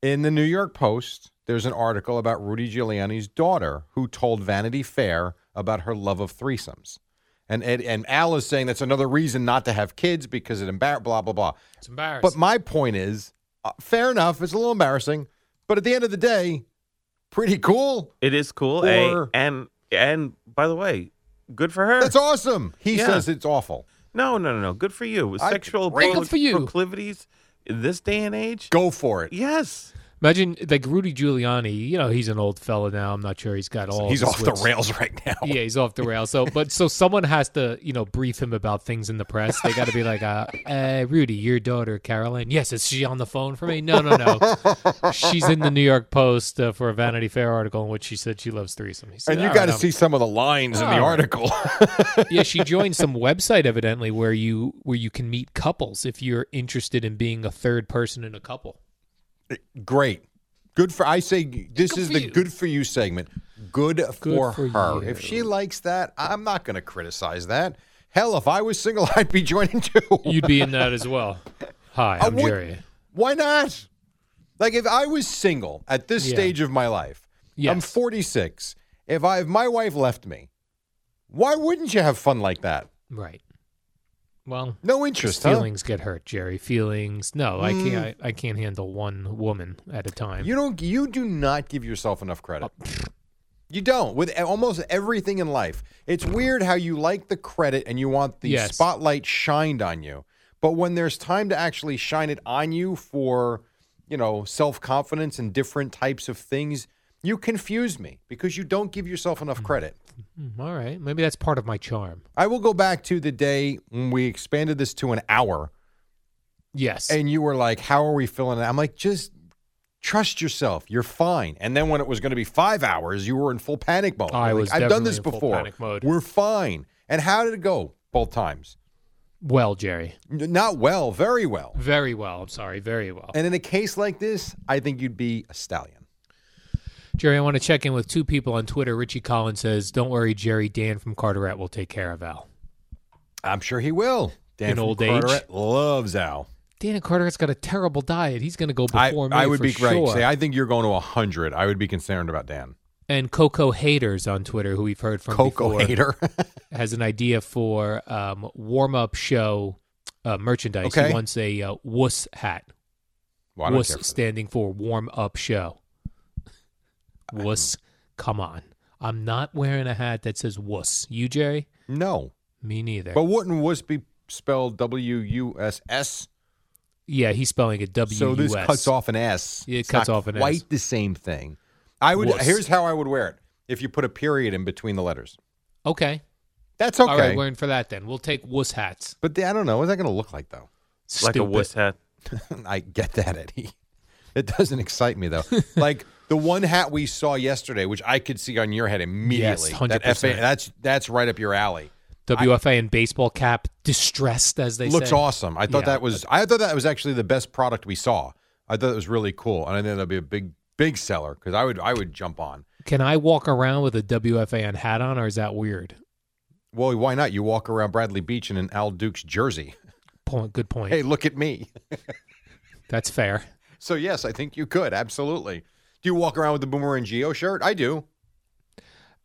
[SPEAKER 1] In the New York Post, there's an article about Rudy Giuliani's daughter who told Vanity Fair about her love of threesomes. And Ed, and Al is saying that's another reason not to have kids because it embarrass blah blah blah.
[SPEAKER 2] It's embarrassing.
[SPEAKER 1] But my point is, uh, fair enough. It's a little embarrassing, but at the end of the day, pretty cool.
[SPEAKER 7] It is cool. eh?
[SPEAKER 1] Or-
[SPEAKER 7] and and by the way, good for her.
[SPEAKER 1] That's awesome. He
[SPEAKER 7] Yeah.
[SPEAKER 1] says it's awful.
[SPEAKER 7] No, no, no, no. Good for you.
[SPEAKER 1] I-
[SPEAKER 7] Sexual
[SPEAKER 1] great.
[SPEAKER 7] pro-
[SPEAKER 2] Good for you.
[SPEAKER 7] proclivities in this day and age.
[SPEAKER 1] Go for it.
[SPEAKER 7] Yes.
[SPEAKER 2] Imagine like Rudy Giuliani. You know, he's an old fella now. I'm not sure he's got all.
[SPEAKER 1] He's
[SPEAKER 2] the
[SPEAKER 1] off
[SPEAKER 2] switch-
[SPEAKER 1] the rails right now.
[SPEAKER 2] Yeah, he's off the rails. So, but so someone has to, you know, brief him about things in the press. They got to be like, uh, uh, Rudy, your daughter Caroline. Yes, is she on the phone for me? No, no, no. She's in the New York Post uh, for a Vanity Fair article in which she said she loves threesomes. He said,
[SPEAKER 1] And you
[SPEAKER 2] "All
[SPEAKER 1] got to
[SPEAKER 2] right,
[SPEAKER 1] see some of the lines in the
[SPEAKER 2] Oh.
[SPEAKER 1] article.
[SPEAKER 2] I'm-" yeah, she joined some website evidently where you where you can meet couples if you're interested in being a third person in a couple.
[SPEAKER 1] Great. Good for I say this is
[SPEAKER 2] for
[SPEAKER 1] the
[SPEAKER 2] you.
[SPEAKER 1] good for you segment. Good, for,
[SPEAKER 2] for
[SPEAKER 1] her.
[SPEAKER 2] you.
[SPEAKER 1] If she likes that, I'm not going to criticize that. Hell, if I was single, I'd be joining too.
[SPEAKER 2] You'd be in that as well. Hi,
[SPEAKER 1] I
[SPEAKER 2] I'm
[SPEAKER 1] would-
[SPEAKER 2] Jerry.
[SPEAKER 1] Why not? Like if I was single at this
[SPEAKER 2] Yeah.
[SPEAKER 1] stage of my life, I'm
[SPEAKER 2] Yes.
[SPEAKER 1] 46. If I if my wife left me, why wouldn't you have fun like that?
[SPEAKER 2] Right. Well,
[SPEAKER 1] No
[SPEAKER 2] Just
[SPEAKER 1] interest, huh?
[SPEAKER 2] feelings get hurt, Jerry. Feelings. No, I can't. I, I can't handle one woman at a time.
[SPEAKER 1] Hmm. You don't. You do not give yourself enough credit. You don't. With a- almost everything in life, it's weird how you like the credit and you want the
[SPEAKER 2] Yes.
[SPEAKER 1] spotlight shined on you, but when there's time to actually shine it on you for, you know, self confidence and different types of things, you confuse me because you don't give yourself enough credit.
[SPEAKER 2] Mm, All right, maybe that's part of my charm.
[SPEAKER 1] I will go back to the day when we expanded this to an hour,
[SPEAKER 2] Yes.
[SPEAKER 1] and you were like, "How are we feeling?" I'm like, "Just." Trust yourself. You're fine. And then when it was going to be five hours, you were in full panic mode.
[SPEAKER 2] I
[SPEAKER 1] You're like,
[SPEAKER 2] was
[SPEAKER 1] I've
[SPEAKER 2] definitely
[SPEAKER 1] done this
[SPEAKER 2] in full
[SPEAKER 1] before.
[SPEAKER 2] panic mode."
[SPEAKER 1] We're fine. And how did it go? Both times.
[SPEAKER 2] well, Jerry,
[SPEAKER 1] N- Not well. Very well.
[SPEAKER 2] very well. I'm sorry, very well.
[SPEAKER 1] And in a case like this, I think you'd be a stallion.
[SPEAKER 2] Jerry, I want to check in with two people on Twitter. Richie Collins says, "Don't worry, Jerry. Dan from Carteret will take care of Al."
[SPEAKER 1] I'm sure he will. Dan
[SPEAKER 2] In
[SPEAKER 1] from
[SPEAKER 2] old age?
[SPEAKER 1] Carteret loves Al.
[SPEAKER 2] Dan at Carteret's got a terrible diet. He's going to go
[SPEAKER 1] I,
[SPEAKER 2] before me
[SPEAKER 1] I would
[SPEAKER 2] for
[SPEAKER 1] be
[SPEAKER 2] sure.
[SPEAKER 1] right. Say, I think you're going to 100. I would be concerned about Dan.
[SPEAKER 2] and Coco Haters on Twitter, who we've heard from
[SPEAKER 1] Coco
[SPEAKER 2] before,
[SPEAKER 1] hater.
[SPEAKER 2] has an idea for um, warm-up show uh, merchandise.
[SPEAKER 1] Okay.
[SPEAKER 2] He wants a uh, wuss hat.
[SPEAKER 1] Well, I don't
[SPEAKER 2] Wuss
[SPEAKER 1] care for that.
[SPEAKER 2] standing for warm up show. Wuss, come on. I'm not wearing a hat that says wuss. You, Jerry?
[SPEAKER 1] No.
[SPEAKER 2] Me neither.
[SPEAKER 1] But wouldn't wuss be spelled W U S S?
[SPEAKER 2] yeah, he's spelling it W.
[SPEAKER 1] So this cuts off an S.
[SPEAKER 2] Yeah, it
[SPEAKER 1] It's
[SPEAKER 2] cuts
[SPEAKER 1] not
[SPEAKER 2] off an S.
[SPEAKER 1] Quite the same thing. I would.
[SPEAKER 2] Wuss.
[SPEAKER 1] Here's how I would wear it. If you put a period in between the letters,
[SPEAKER 2] Okay.
[SPEAKER 1] that's okay.
[SPEAKER 2] All right, we're in for that then. We'll take wuss hats.
[SPEAKER 1] but the, I don't know. What's that going to look like though?
[SPEAKER 7] like a
[SPEAKER 2] Stupid.
[SPEAKER 7] wuss hat.
[SPEAKER 1] I get that, Eddie. It doesn't excite me though. like the one hat we saw yesterday, which I could see on your head immediately. That
[SPEAKER 2] 100%.
[SPEAKER 1] that's that's right up your alley.
[SPEAKER 2] WFA and baseball cap, distressed as they
[SPEAKER 1] looks
[SPEAKER 2] say.
[SPEAKER 1] awesome. I thought
[SPEAKER 2] Yeah.
[SPEAKER 1] that was I thought that was actually the best product we saw. I thought it was really cool, and I think that'll be a big big seller because I would I would jump on.
[SPEAKER 2] Can I walk around with a WFAN hat on, or is that weird?
[SPEAKER 1] Well, why not? You walk around Bradley Beach in an Al Dukes jersey.
[SPEAKER 2] Point. Good point.
[SPEAKER 1] Hey, look at me.
[SPEAKER 2] That's fair.
[SPEAKER 1] So yes, I think you could absolutely. Do you walk around with the Boomerang Geo shirt? I do.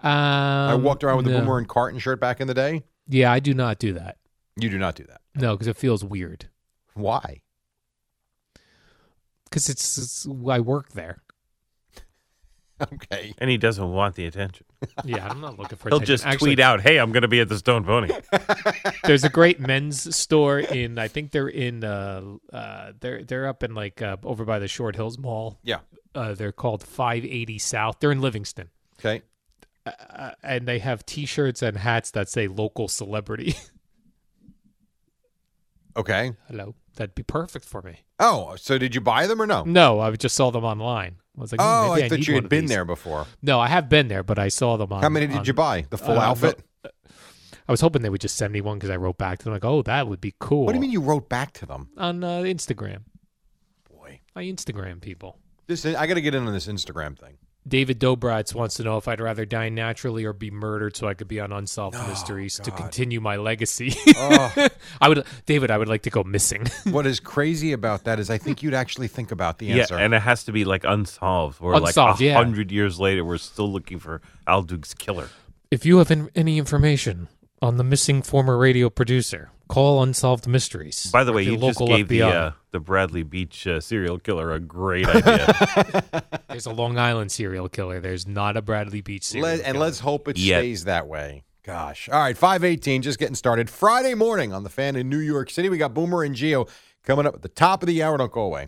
[SPEAKER 2] Um, I
[SPEAKER 1] I walked around with
[SPEAKER 2] no.
[SPEAKER 1] the Boomerang Carton shirt back in the day.
[SPEAKER 2] Yeah, I do not do that.
[SPEAKER 1] You do not do that.
[SPEAKER 2] No, because it feels weird.
[SPEAKER 1] Why?
[SPEAKER 2] Because it's, it's I work there.
[SPEAKER 1] Okay.
[SPEAKER 7] And he doesn't want the attention.
[SPEAKER 2] Yeah, I'm not looking for.
[SPEAKER 7] He'll
[SPEAKER 2] attention.
[SPEAKER 7] just
[SPEAKER 2] Actually,
[SPEAKER 7] tweet out, "Hey, I'm going to be at the Stone Pony."
[SPEAKER 2] There's a great men's store in. I think they're in. Uh, uh, they're they're up in like uh, over by the Short Hills Mall.
[SPEAKER 1] Yeah.
[SPEAKER 2] Uh, they're called 580 South. They're in Livingston,
[SPEAKER 1] Okay.
[SPEAKER 2] uh, and they have T-shirts and hats that say "local celebrity."
[SPEAKER 1] Okay.
[SPEAKER 2] Hello, that'd be perfect for me.
[SPEAKER 1] Oh, so did you buy them or no?
[SPEAKER 2] No, I just saw them online. I was like,
[SPEAKER 1] Oh,
[SPEAKER 2] "Hmm, maybe
[SPEAKER 1] I
[SPEAKER 2] need
[SPEAKER 1] thought you
[SPEAKER 2] one
[SPEAKER 1] had
[SPEAKER 2] of
[SPEAKER 1] been
[SPEAKER 2] these."
[SPEAKER 1] there before.
[SPEAKER 2] No, I have been there, but I saw them on.
[SPEAKER 1] How many did
[SPEAKER 2] on-
[SPEAKER 1] you buy? The full
[SPEAKER 2] uh,
[SPEAKER 1] outfit?
[SPEAKER 2] I was hoping they would just send me one because I wrote back to them like, "Oh, that would be cool."
[SPEAKER 1] What do you mean you wrote back to them?
[SPEAKER 2] on uh, Instagram.
[SPEAKER 1] Boy.
[SPEAKER 2] I Instagram people.
[SPEAKER 1] This is, I got to get in on this Instagram thing.
[SPEAKER 2] David Dobratz wants to know if I'd rather die naturally or be murdered so I could be on Unsolved
[SPEAKER 1] Oh,
[SPEAKER 2] Mysteries to continue my legacy. I would, David. I would like to go missing.
[SPEAKER 1] what is crazy about that is I think you'd actually think about the answer.
[SPEAKER 7] Yeah, and it has to be like unsolved, or
[SPEAKER 2] Unsolved,
[SPEAKER 7] like
[SPEAKER 2] yeah.
[SPEAKER 7] a hundred years later, we're still looking for Al Duke's killer.
[SPEAKER 2] if you have in, any information on the missing former radio producer, call Unsolved Mysteries.
[SPEAKER 7] By the way,
[SPEAKER 2] Your
[SPEAKER 7] you just
[SPEAKER 2] local
[SPEAKER 7] gave the
[SPEAKER 2] FBI.
[SPEAKER 7] uh, the Bradley Beach uh, serial killer a great idea.
[SPEAKER 2] There's a Long Island serial killer. There's not a Bradley Beach serial.
[SPEAKER 1] Let, and
[SPEAKER 2] killer.
[SPEAKER 1] let's hope it
[SPEAKER 7] Yet.
[SPEAKER 1] stays that way. Gosh. All right, 518, just getting started. Friday morning on the fan in New York City. We got Boomer and Geo coming up at the top of the hour. Don't go away.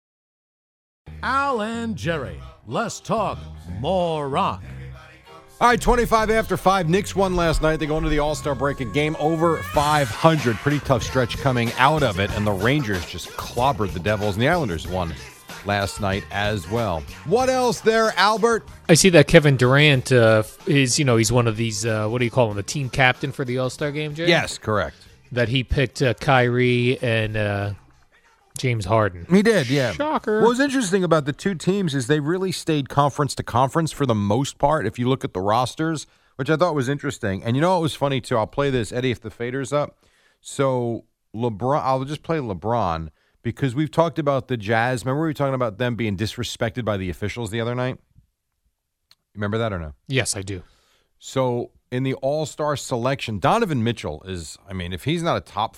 [SPEAKER 8] Al and Jerry, less talk, more rock.
[SPEAKER 1] All right, 25 after 5. Knicks won last night. They go into the All Star break, a game over 500. Pretty tough stretch coming out of it. And the Rangers just clobbered the Devils, and the Islanders won last night as well. What else there, Albert?
[SPEAKER 2] I see that Kevin Durant uh, is, you know, he's one of these, uh, what do you call him, the team captain for the All Star game, Jerry?
[SPEAKER 1] Yes, correct.
[SPEAKER 2] That he picked uh, Kyrie and uh, James Harden.
[SPEAKER 1] He did, yeah.
[SPEAKER 2] Shocker.
[SPEAKER 1] What was interesting about the two teams is they really stayed conference to conference for the most part. If you look at the rosters, which I thought was interesting, and you know what was funny too. I'll play this Eddie if the fader's up. So LeBron, I'll just play LeBron because we've talked about the Jazz. Remember we were talking about them being disrespected by the officials the other night. Remember that or no?
[SPEAKER 2] Yes, I do.
[SPEAKER 1] So in the All Star selection, Donovan Mitchell is. I mean, if he's not a top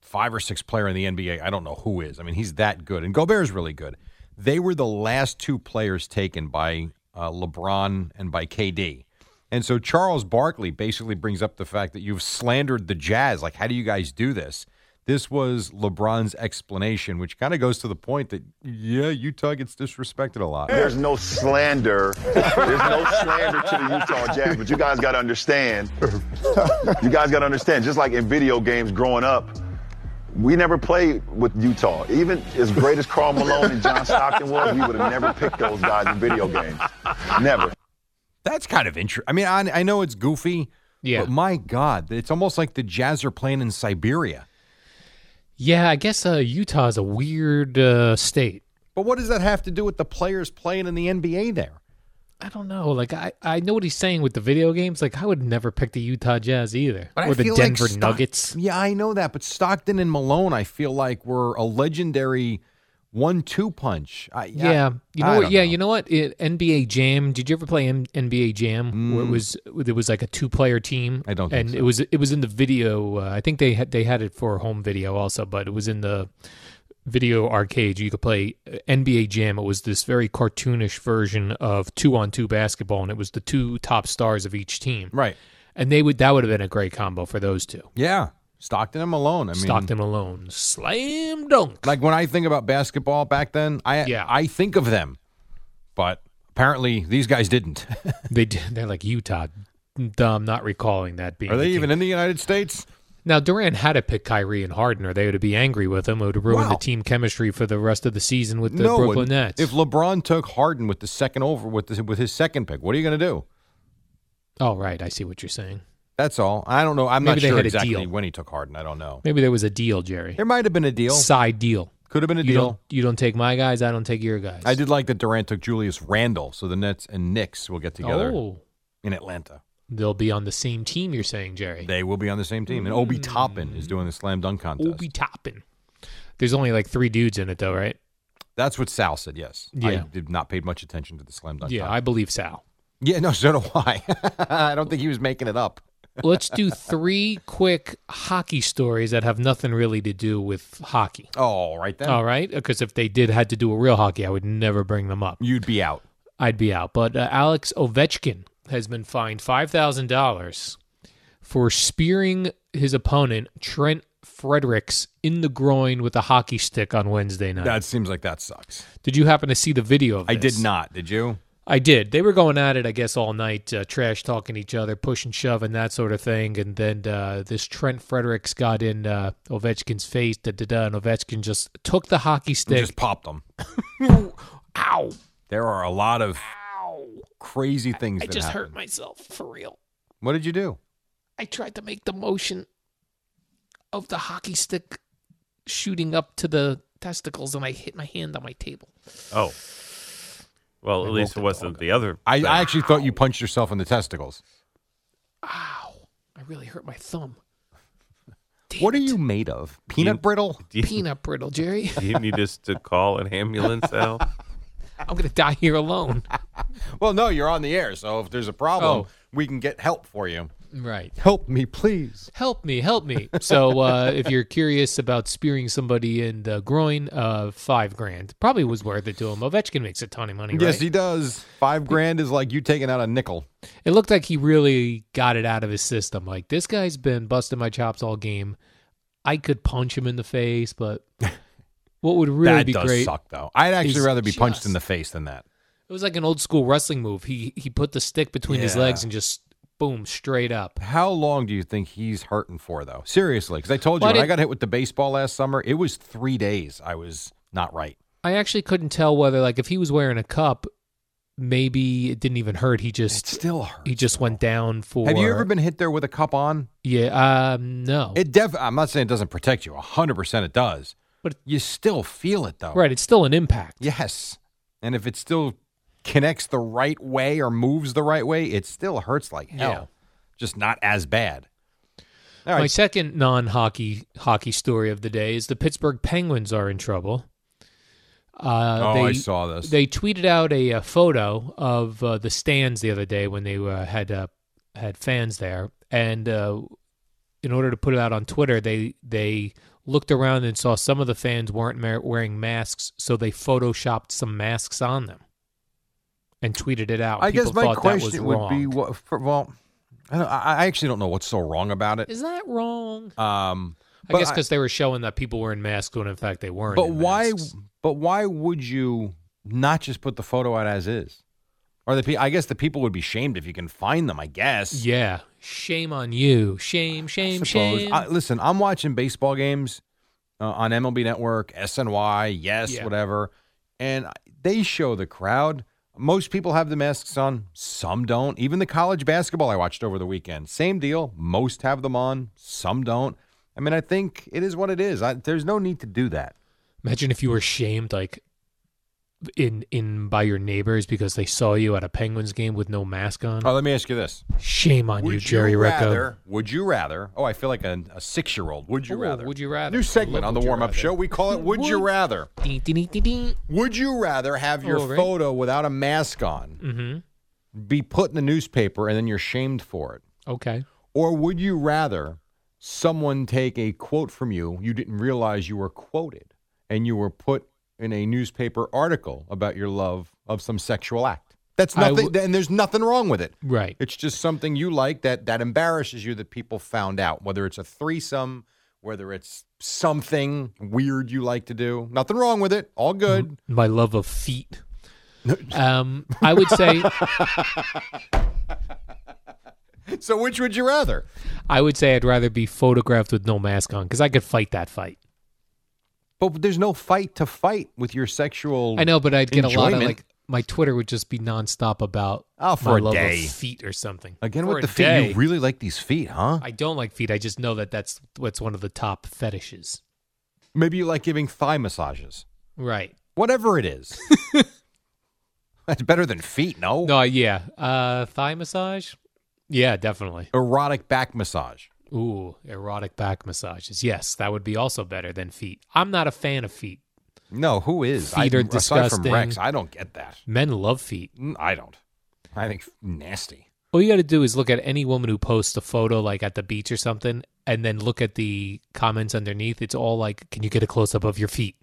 [SPEAKER 1] five or six player in the NBA. I don't know who is. I mean, he's that good, and Gobert is really good. They were the last two players taken by uh, LeBron and by KD. And so Charles Barkley basically brings up the fact that you've slandered the Jazz. Like, how do you guys do this? This was LeBron's explanation, which kind of goes to the point that, yeah, Utah gets disrespected a lot.
[SPEAKER 9] There's no slander. There's no slander to the Utah Jazz, but you guys got to understand. You guys got to understand. Just like in video games growing up, we never played with Utah. Even as great as Carl Malone and John Stockton was, we would have never picked those guys in video games. Never.
[SPEAKER 1] That's kind of interesting. I mean, I, I know it's goofy,
[SPEAKER 2] yeah.
[SPEAKER 1] but my God, it's almost like the Jazz are playing in Siberia.
[SPEAKER 2] Yeah, I guess uh, Utah is a weird uh, state.
[SPEAKER 1] But what does that have to do with the players playing in the NBA there?
[SPEAKER 2] I don't know. Like I, I know what he's saying with the video games. Like I would never pick the Utah Jazz either,
[SPEAKER 1] But I
[SPEAKER 2] or the
[SPEAKER 1] feel like
[SPEAKER 2] Denver
[SPEAKER 1] Stock-
[SPEAKER 2] Nuggets.
[SPEAKER 1] Yeah, I know that, but Stockton and Malone, I feel like were a legendary one-two punch. I,
[SPEAKER 2] Yeah, you know
[SPEAKER 1] I
[SPEAKER 2] what?
[SPEAKER 1] don't
[SPEAKER 2] Yeah, you know what? It, NBA Jam. Did you ever play M- NBA Jam? Where it
[SPEAKER 1] Mm.
[SPEAKER 2] was there was like a two player team.
[SPEAKER 1] I don't think
[SPEAKER 2] And
[SPEAKER 1] so.
[SPEAKER 2] it was it was in the video. Uh, I think they had they had it for home video also, but it was in the video arcade. You could play uh, NBA Jam. It was this very cartoonish version of two on two basketball, and it was the two top stars of each team.
[SPEAKER 1] Right.
[SPEAKER 2] And they would that would have been a great combo for those two.
[SPEAKER 1] Yeah, Stockton and Malone. I mean,
[SPEAKER 2] Stockton Malone, slam dunk.
[SPEAKER 1] Like when I think about basketball back then, I
[SPEAKER 2] Yeah.
[SPEAKER 1] I think of them, but apparently these guys didn't.
[SPEAKER 2] They did- they're like Utah. I'm not recalling that being.
[SPEAKER 1] Are
[SPEAKER 2] the
[SPEAKER 1] they
[SPEAKER 2] team.
[SPEAKER 1] even in the United States?
[SPEAKER 2] Now Durant had to pick Kyrie and Harden, or they would be angry with him. It would ruin
[SPEAKER 1] Wow.
[SPEAKER 2] the team chemistry for the rest of the season with the
[SPEAKER 1] no
[SPEAKER 2] Brooklyn
[SPEAKER 1] one.
[SPEAKER 2] Nets.
[SPEAKER 1] If LeBron took Harden with the second over with the, with his second pick, what are you going to do?
[SPEAKER 2] oh, right, I see what you're saying.
[SPEAKER 1] That's all. I don't know. I'm
[SPEAKER 2] Maybe
[SPEAKER 1] not
[SPEAKER 2] they
[SPEAKER 1] sure
[SPEAKER 2] had a
[SPEAKER 1] exactly
[SPEAKER 2] deal.
[SPEAKER 1] when he took Harden. I don't know.
[SPEAKER 2] Maybe there was a deal, Jerry.
[SPEAKER 1] There might have been a deal.
[SPEAKER 2] Side deal.
[SPEAKER 1] Could have been a
[SPEAKER 2] you
[SPEAKER 1] deal.
[SPEAKER 2] Don't, you don't take my guys. I don't take your guys.
[SPEAKER 1] I did like that Durant took Julius Randle, so the Nets and Knicks will get together
[SPEAKER 2] Oh,
[SPEAKER 1] in Atlanta.
[SPEAKER 2] they'll be on the same team. You're saying, Jerry?
[SPEAKER 1] They will be on the same team. And Obi Toppin is doing the slam dunk contest.
[SPEAKER 2] Obi Toppin. There's only like three dudes in it, though, right?
[SPEAKER 1] That's what Sal said, yes. I
[SPEAKER 2] Yeah.
[SPEAKER 1] did not pay much attention to the slam dunk
[SPEAKER 2] Yeah, I
[SPEAKER 1] contest.
[SPEAKER 2] believe Sal.
[SPEAKER 1] Yeah, no, so do I. I don't think he was making it up.
[SPEAKER 2] Let's do three quick hockey stories that have nothing really to do with hockey.
[SPEAKER 1] Oh, right then.
[SPEAKER 2] All right, because if they did had to do a real hockey, I would never bring them up.
[SPEAKER 1] You'd be out.
[SPEAKER 2] I'd be out. But uh, Alex Ovechkin has been fined five thousand dollars for spearing his opponent Trent Fredericks in the groin with a hockey stick on Wednesday night.
[SPEAKER 1] That seems like that sucks.
[SPEAKER 2] did you happen to see the video of
[SPEAKER 1] I
[SPEAKER 2] this?
[SPEAKER 1] did not. Did you?
[SPEAKER 2] I did. They were going at it, I guess, all night, uh, trash talking each other, push and shove, and that sort of thing. And then uh, this Trent Fredericks got in uh, Ovechkin's face, da da da, and Ovechkin just took the hockey
[SPEAKER 1] You
[SPEAKER 2] stick.
[SPEAKER 1] just popped them.
[SPEAKER 2] Ow!
[SPEAKER 1] There are a lot of crazy things
[SPEAKER 2] I
[SPEAKER 1] that
[SPEAKER 2] just
[SPEAKER 1] happen.
[SPEAKER 2] hurt myself for real.
[SPEAKER 1] What did you do?
[SPEAKER 2] I tried to make the motion of the hockey stick shooting up to the testicles, and I hit my hand on my table.
[SPEAKER 7] Oh. Well, at least it wasn't the other.
[SPEAKER 1] I,
[SPEAKER 7] thing.
[SPEAKER 1] I actually thought you punched yourself in the testicles.
[SPEAKER 2] Ow! I really hurt my thumb.
[SPEAKER 1] what are you made of? Peanut brittle?
[SPEAKER 2] Peanut brittle, Jerry.
[SPEAKER 7] Didn't you just to call an ambulance, Al?
[SPEAKER 2] I'm going to die here alone.
[SPEAKER 1] well, no, you're on the air, so if there's a problem, we can get help for you.
[SPEAKER 2] Right.
[SPEAKER 1] Oh. Help me, please.
[SPEAKER 2] Help me, help me. So, uh, if you're curious about spearing somebody in the groin, uh, five grand probably was worth it to him. Ovechkin makes a ton of money.
[SPEAKER 1] Yes,
[SPEAKER 2] right?
[SPEAKER 1] he does. Five grand is like you taking out a nickel.
[SPEAKER 2] It looked like he really got it out of his system. Like this guy's been busting my chops all game. I could punch him in the face, but what would really
[SPEAKER 1] that
[SPEAKER 2] be
[SPEAKER 1] does
[SPEAKER 2] great?
[SPEAKER 1] suck, though. I'd actually
[SPEAKER 2] is
[SPEAKER 1] rather be punched in
[SPEAKER 2] just-
[SPEAKER 1] the face than that.
[SPEAKER 2] It was like an old school wrestling move. He he put the stick between his
[SPEAKER 1] Yeah.
[SPEAKER 2] legs and just boom straight up.
[SPEAKER 1] How long do you think he's hurting for, though? Seriously, because I told you
[SPEAKER 2] Why
[SPEAKER 1] when I
[SPEAKER 2] did-
[SPEAKER 1] got hit with the baseball last summer, it was three days. I was not right.
[SPEAKER 2] I actually couldn't tell whether like if he was wearing a cup, maybe it didn't even hurt. He just
[SPEAKER 1] still hurts,
[SPEAKER 2] he just went down for.
[SPEAKER 1] Have you ever been hit there with a cup on?
[SPEAKER 2] Yeah, um, no.
[SPEAKER 1] It def. I'm not saying it doesn't protect you. hundred percent, it does.
[SPEAKER 2] But
[SPEAKER 1] you still feel it though.
[SPEAKER 2] right, it's still an impact.
[SPEAKER 1] Yes. And if it still connects the right way or moves the right way, it still hurts like hell.
[SPEAKER 2] Yeah.
[SPEAKER 1] Just not as bad. All right.
[SPEAKER 2] My second non-hockey hockey story of the day is the Pittsburgh Penguins are in trouble. Uh,
[SPEAKER 1] Oh,
[SPEAKER 2] they,
[SPEAKER 1] I saw this.
[SPEAKER 2] They tweeted out a, uh photo of uh, the stands the other day when they uh, had uh, had fans there, and uh, in order to put it out on Twitter, they they looked around and saw some of the fans weren't ma- wearing masks, so they photoshopped some masks on them and tweeted it out.
[SPEAKER 1] I
[SPEAKER 2] People
[SPEAKER 1] guess my
[SPEAKER 2] thought that was
[SPEAKER 1] question would be
[SPEAKER 2] wrong.
[SPEAKER 1] what for, well I, don't, I I actually don't know what's so wrong about it.
[SPEAKER 2] Is that wrong?
[SPEAKER 1] Um
[SPEAKER 2] I guess because they were showing that people were in masks when in fact they weren't.
[SPEAKER 1] But
[SPEAKER 2] in
[SPEAKER 1] why?
[SPEAKER 2] masks.
[SPEAKER 1] But why would you not just put the photo out as is? Or the pe- I guess the people would be shamed if you can find them. I guess.
[SPEAKER 2] Yeah. Shame on you. Shame, shame,
[SPEAKER 1] suppose.
[SPEAKER 2] shame.
[SPEAKER 1] I, listen, I'm watching baseball games uh, on MLB Network, SNY, yes,
[SPEAKER 2] Yeah.
[SPEAKER 1] whatever, and I- they show the crowd. Most people have the masks on, some don't. Even the college basketball I watched over the weekend, same deal. Most have them on, some don't. I mean, I think it is what it is. I, there's no need to do that.
[SPEAKER 2] Mm-hmm. Imagine if you were shamed like in in by your neighbors because they saw you at a Penguins game with no mask on.
[SPEAKER 1] Oh, let me ask you this:
[SPEAKER 2] Shame on you, Jerry Recco.
[SPEAKER 1] rather, Would you rather? Oh, I feel like a, a six-year-old. Would you
[SPEAKER 2] Ooh,
[SPEAKER 1] rather?
[SPEAKER 2] would you rather?
[SPEAKER 1] New segment
[SPEAKER 2] Love
[SPEAKER 1] on the
[SPEAKER 2] would you
[SPEAKER 1] warm-up
[SPEAKER 2] rather.
[SPEAKER 1] show. We call it "Would You Rather."
[SPEAKER 2] Ding, ding, ding, ding, ding.
[SPEAKER 1] Would you rather have your
[SPEAKER 2] All Oh, right.
[SPEAKER 1] photo without a mask on
[SPEAKER 2] Mm-hmm.
[SPEAKER 1] be put in the newspaper and then you're shamed for it?
[SPEAKER 2] Okay.
[SPEAKER 1] Or would you rather someone take a quote from you you didn't realize you were quoted and you were put in a newspaper article about your love of some sexual act? That's
[SPEAKER 2] I
[SPEAKER 1] nothing
[SPEAKER 2] would-
[SPEAKER 1] and there's nothing wrong with it.
[SPEAKER 2] Right.
[SPEAKER 1] It's just something you like that that embarrasses you that people found out, whether it's a threesome, whether it's something weird you like to do. Nothing wrong with it. All
[SPEAKER 2] Mm-hmm.
[SPEAKER 1] good.
[SPEAKER 2] My love of feet. um, I would say
[SPEAKER 1] So which would you rather?
[SPEAKER 2] I would say I'd rather be photographed with no mask on because I could fight that fight.
[SPEAKER 1] But there's no fight to fight with your sexual.
[SPEAKER 2] I know, but I'd get a lot of
[SPEAKER 1] enjoyment.
[SPEAKER 2] like my Twitter would just be nonstop about
[SPEAKER 1] Oh, for
[SPEAKER 2] my
[SPEAKER 1] a
[SPEAKER 2] love
[SPEAKER 1] day.
[SPEAKER 2] of feet or something.
[SPEAKER 1] again
[SPEAKER 2] For
[SPEAKER 1] with
[SPEAKER 2] a
[SPEAKER 1] the feet.
[SPEAKER 2] day.
[SPEAKER 1] You really like these feet, huh?
[SPEAKER 2] I don't like feet. I just know that that's what's one of the top fetishes.
[SPEAKER 1] Maybe you like giving thigh massages.
[SPEAKER 2] Right.
[SPEAKER 1] Whatever it is, that's better than feet. No,
[SPEAKER 2] No, yeah. Uh, thigh massage? Yeah, definitely.
[SPEAKER 1] erotic back massage.
[SPEAKER 2] Ooh, erotic back massages. Yes, that would be also better than feet. I'm not a fan of feet.
[SPEAKER 1] No, who is?
[SPEAKER 2] Feet are
[SPEAKER 1] aside from
[SPEAKER 2] disgusting.
[SPEAKER 1] Rex, I don't get that.
[SPEAKER 2] Men love feet.
[SPEAKER 1] Mm, I don't. I think f- nasty.
[SPEAKER 2] All you got to do is look at any woman who posts a photo like at the beach or something and then look at the comments underneath. It's all like, can you get a close up of your feet?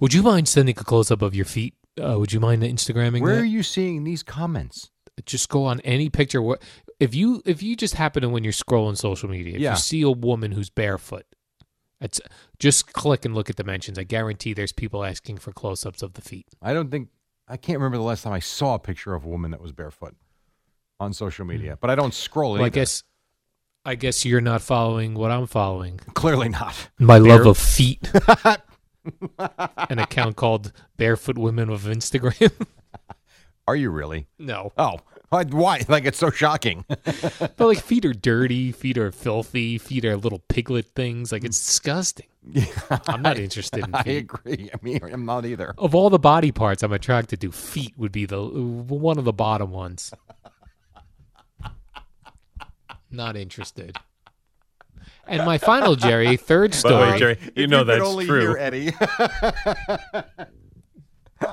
[SPEAKER 2] Would you mind sending a close up of your feet? Uh, would you mind Instagramming
[SPEAKER 1] Where
[SPEAKER 2] that?
[SPEAKER 1] are you seeing these comments?
[SPEAKER 2] just go on any picture wh- if you if you just happen to when you're scrolling social media if
[SPEAKER 1] Yeah.
[SPEAKER 2] you see a woman who's barefoot it's just click and look at the mentions i guarantee there's people asking for close-ups of the feet
[SPEAKER 1] I don't think I can't remember the last time I saw a picture of a woman that was barefoot on social media. But I don't scroll.
[SPEAKER 2] well, i
[SPEAKER 1] either.
[SPEAKER 2] guess i guess you're not following what i'm following
[SPEAKER 1] clearly not.
[SPEAKER 2] my love of feet an account called barefoot women of instagram
[SPEAKER 1] Are you really?
[SPEAKER 2] no
[SPEAKER 1] Oh, I- why? Like it's so shocking.
[SPEAKER 2] but like feet are dirty feet are filthy feet are little piglet things like it's disgusting i'm not interested in
[SPEAKER 1] I
[SPEAKER 2] feet
[SPEAKER 1] agree. I mean, I'm not either.
[SPEAKER 2] of all the body parts I'm attracted to, feet would be the one of the bottom ones. Not interested. And my final, Jerry, third
[SPEAKER 7] By the way,
[SPEAKER 2] story.
[SPEAKER 7] Jerry, you If know you could that's
[SPEAKER 1] only hear Eddie.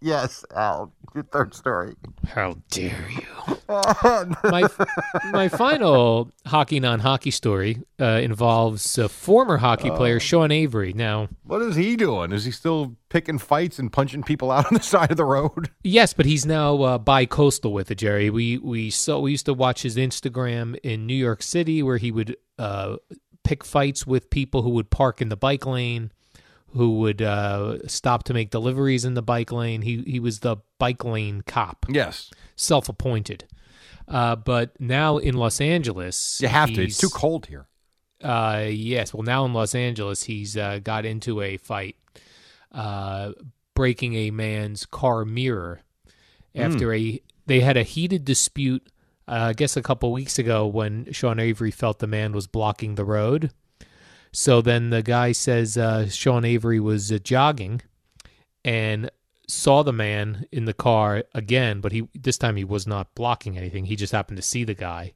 [SPEAKER 10] yes, Al. Your third story.
[SPEAKER 2] How dare you? my my final hockey non hockey story uh, involves uh, former hockey player Sean Avery. Now,
[SPEAKER 1] What is he doing? Is he still picking fights and punching people out on the side of the road?
[SPEAKER 2] yes, but he's now uh, bi-coastal with it, Jerry. We we saw we used to watch his Instagram in New York City where he would uh, pick fights with people who would park in the bike lane, who would uh, stop to make deliveries in the bike lane. He he was the bike lane cop.
[SPEAKER 1] Yes,
[SPEAKER 2] self-appointed. Uh, but now in Los Angeles,
[SPEAKER 1] You have to.
[SPEAKER 2] he's-
[SPEAKER 1] It's too cold here.
[SPEAKER 2] uh, yes. Well, now in Los Angeles, he's uh, got into a fight, uh, breaking a man's car mirror after a they had a heated dispute. Uh, I guess a couple weeks ago when Sean Avery felt the man was blocking the road. So then the guy says uh, Sean Avery was uh, jogging and saw the man in the car again, but he this time he was not blocking anything. He just happened to see the guy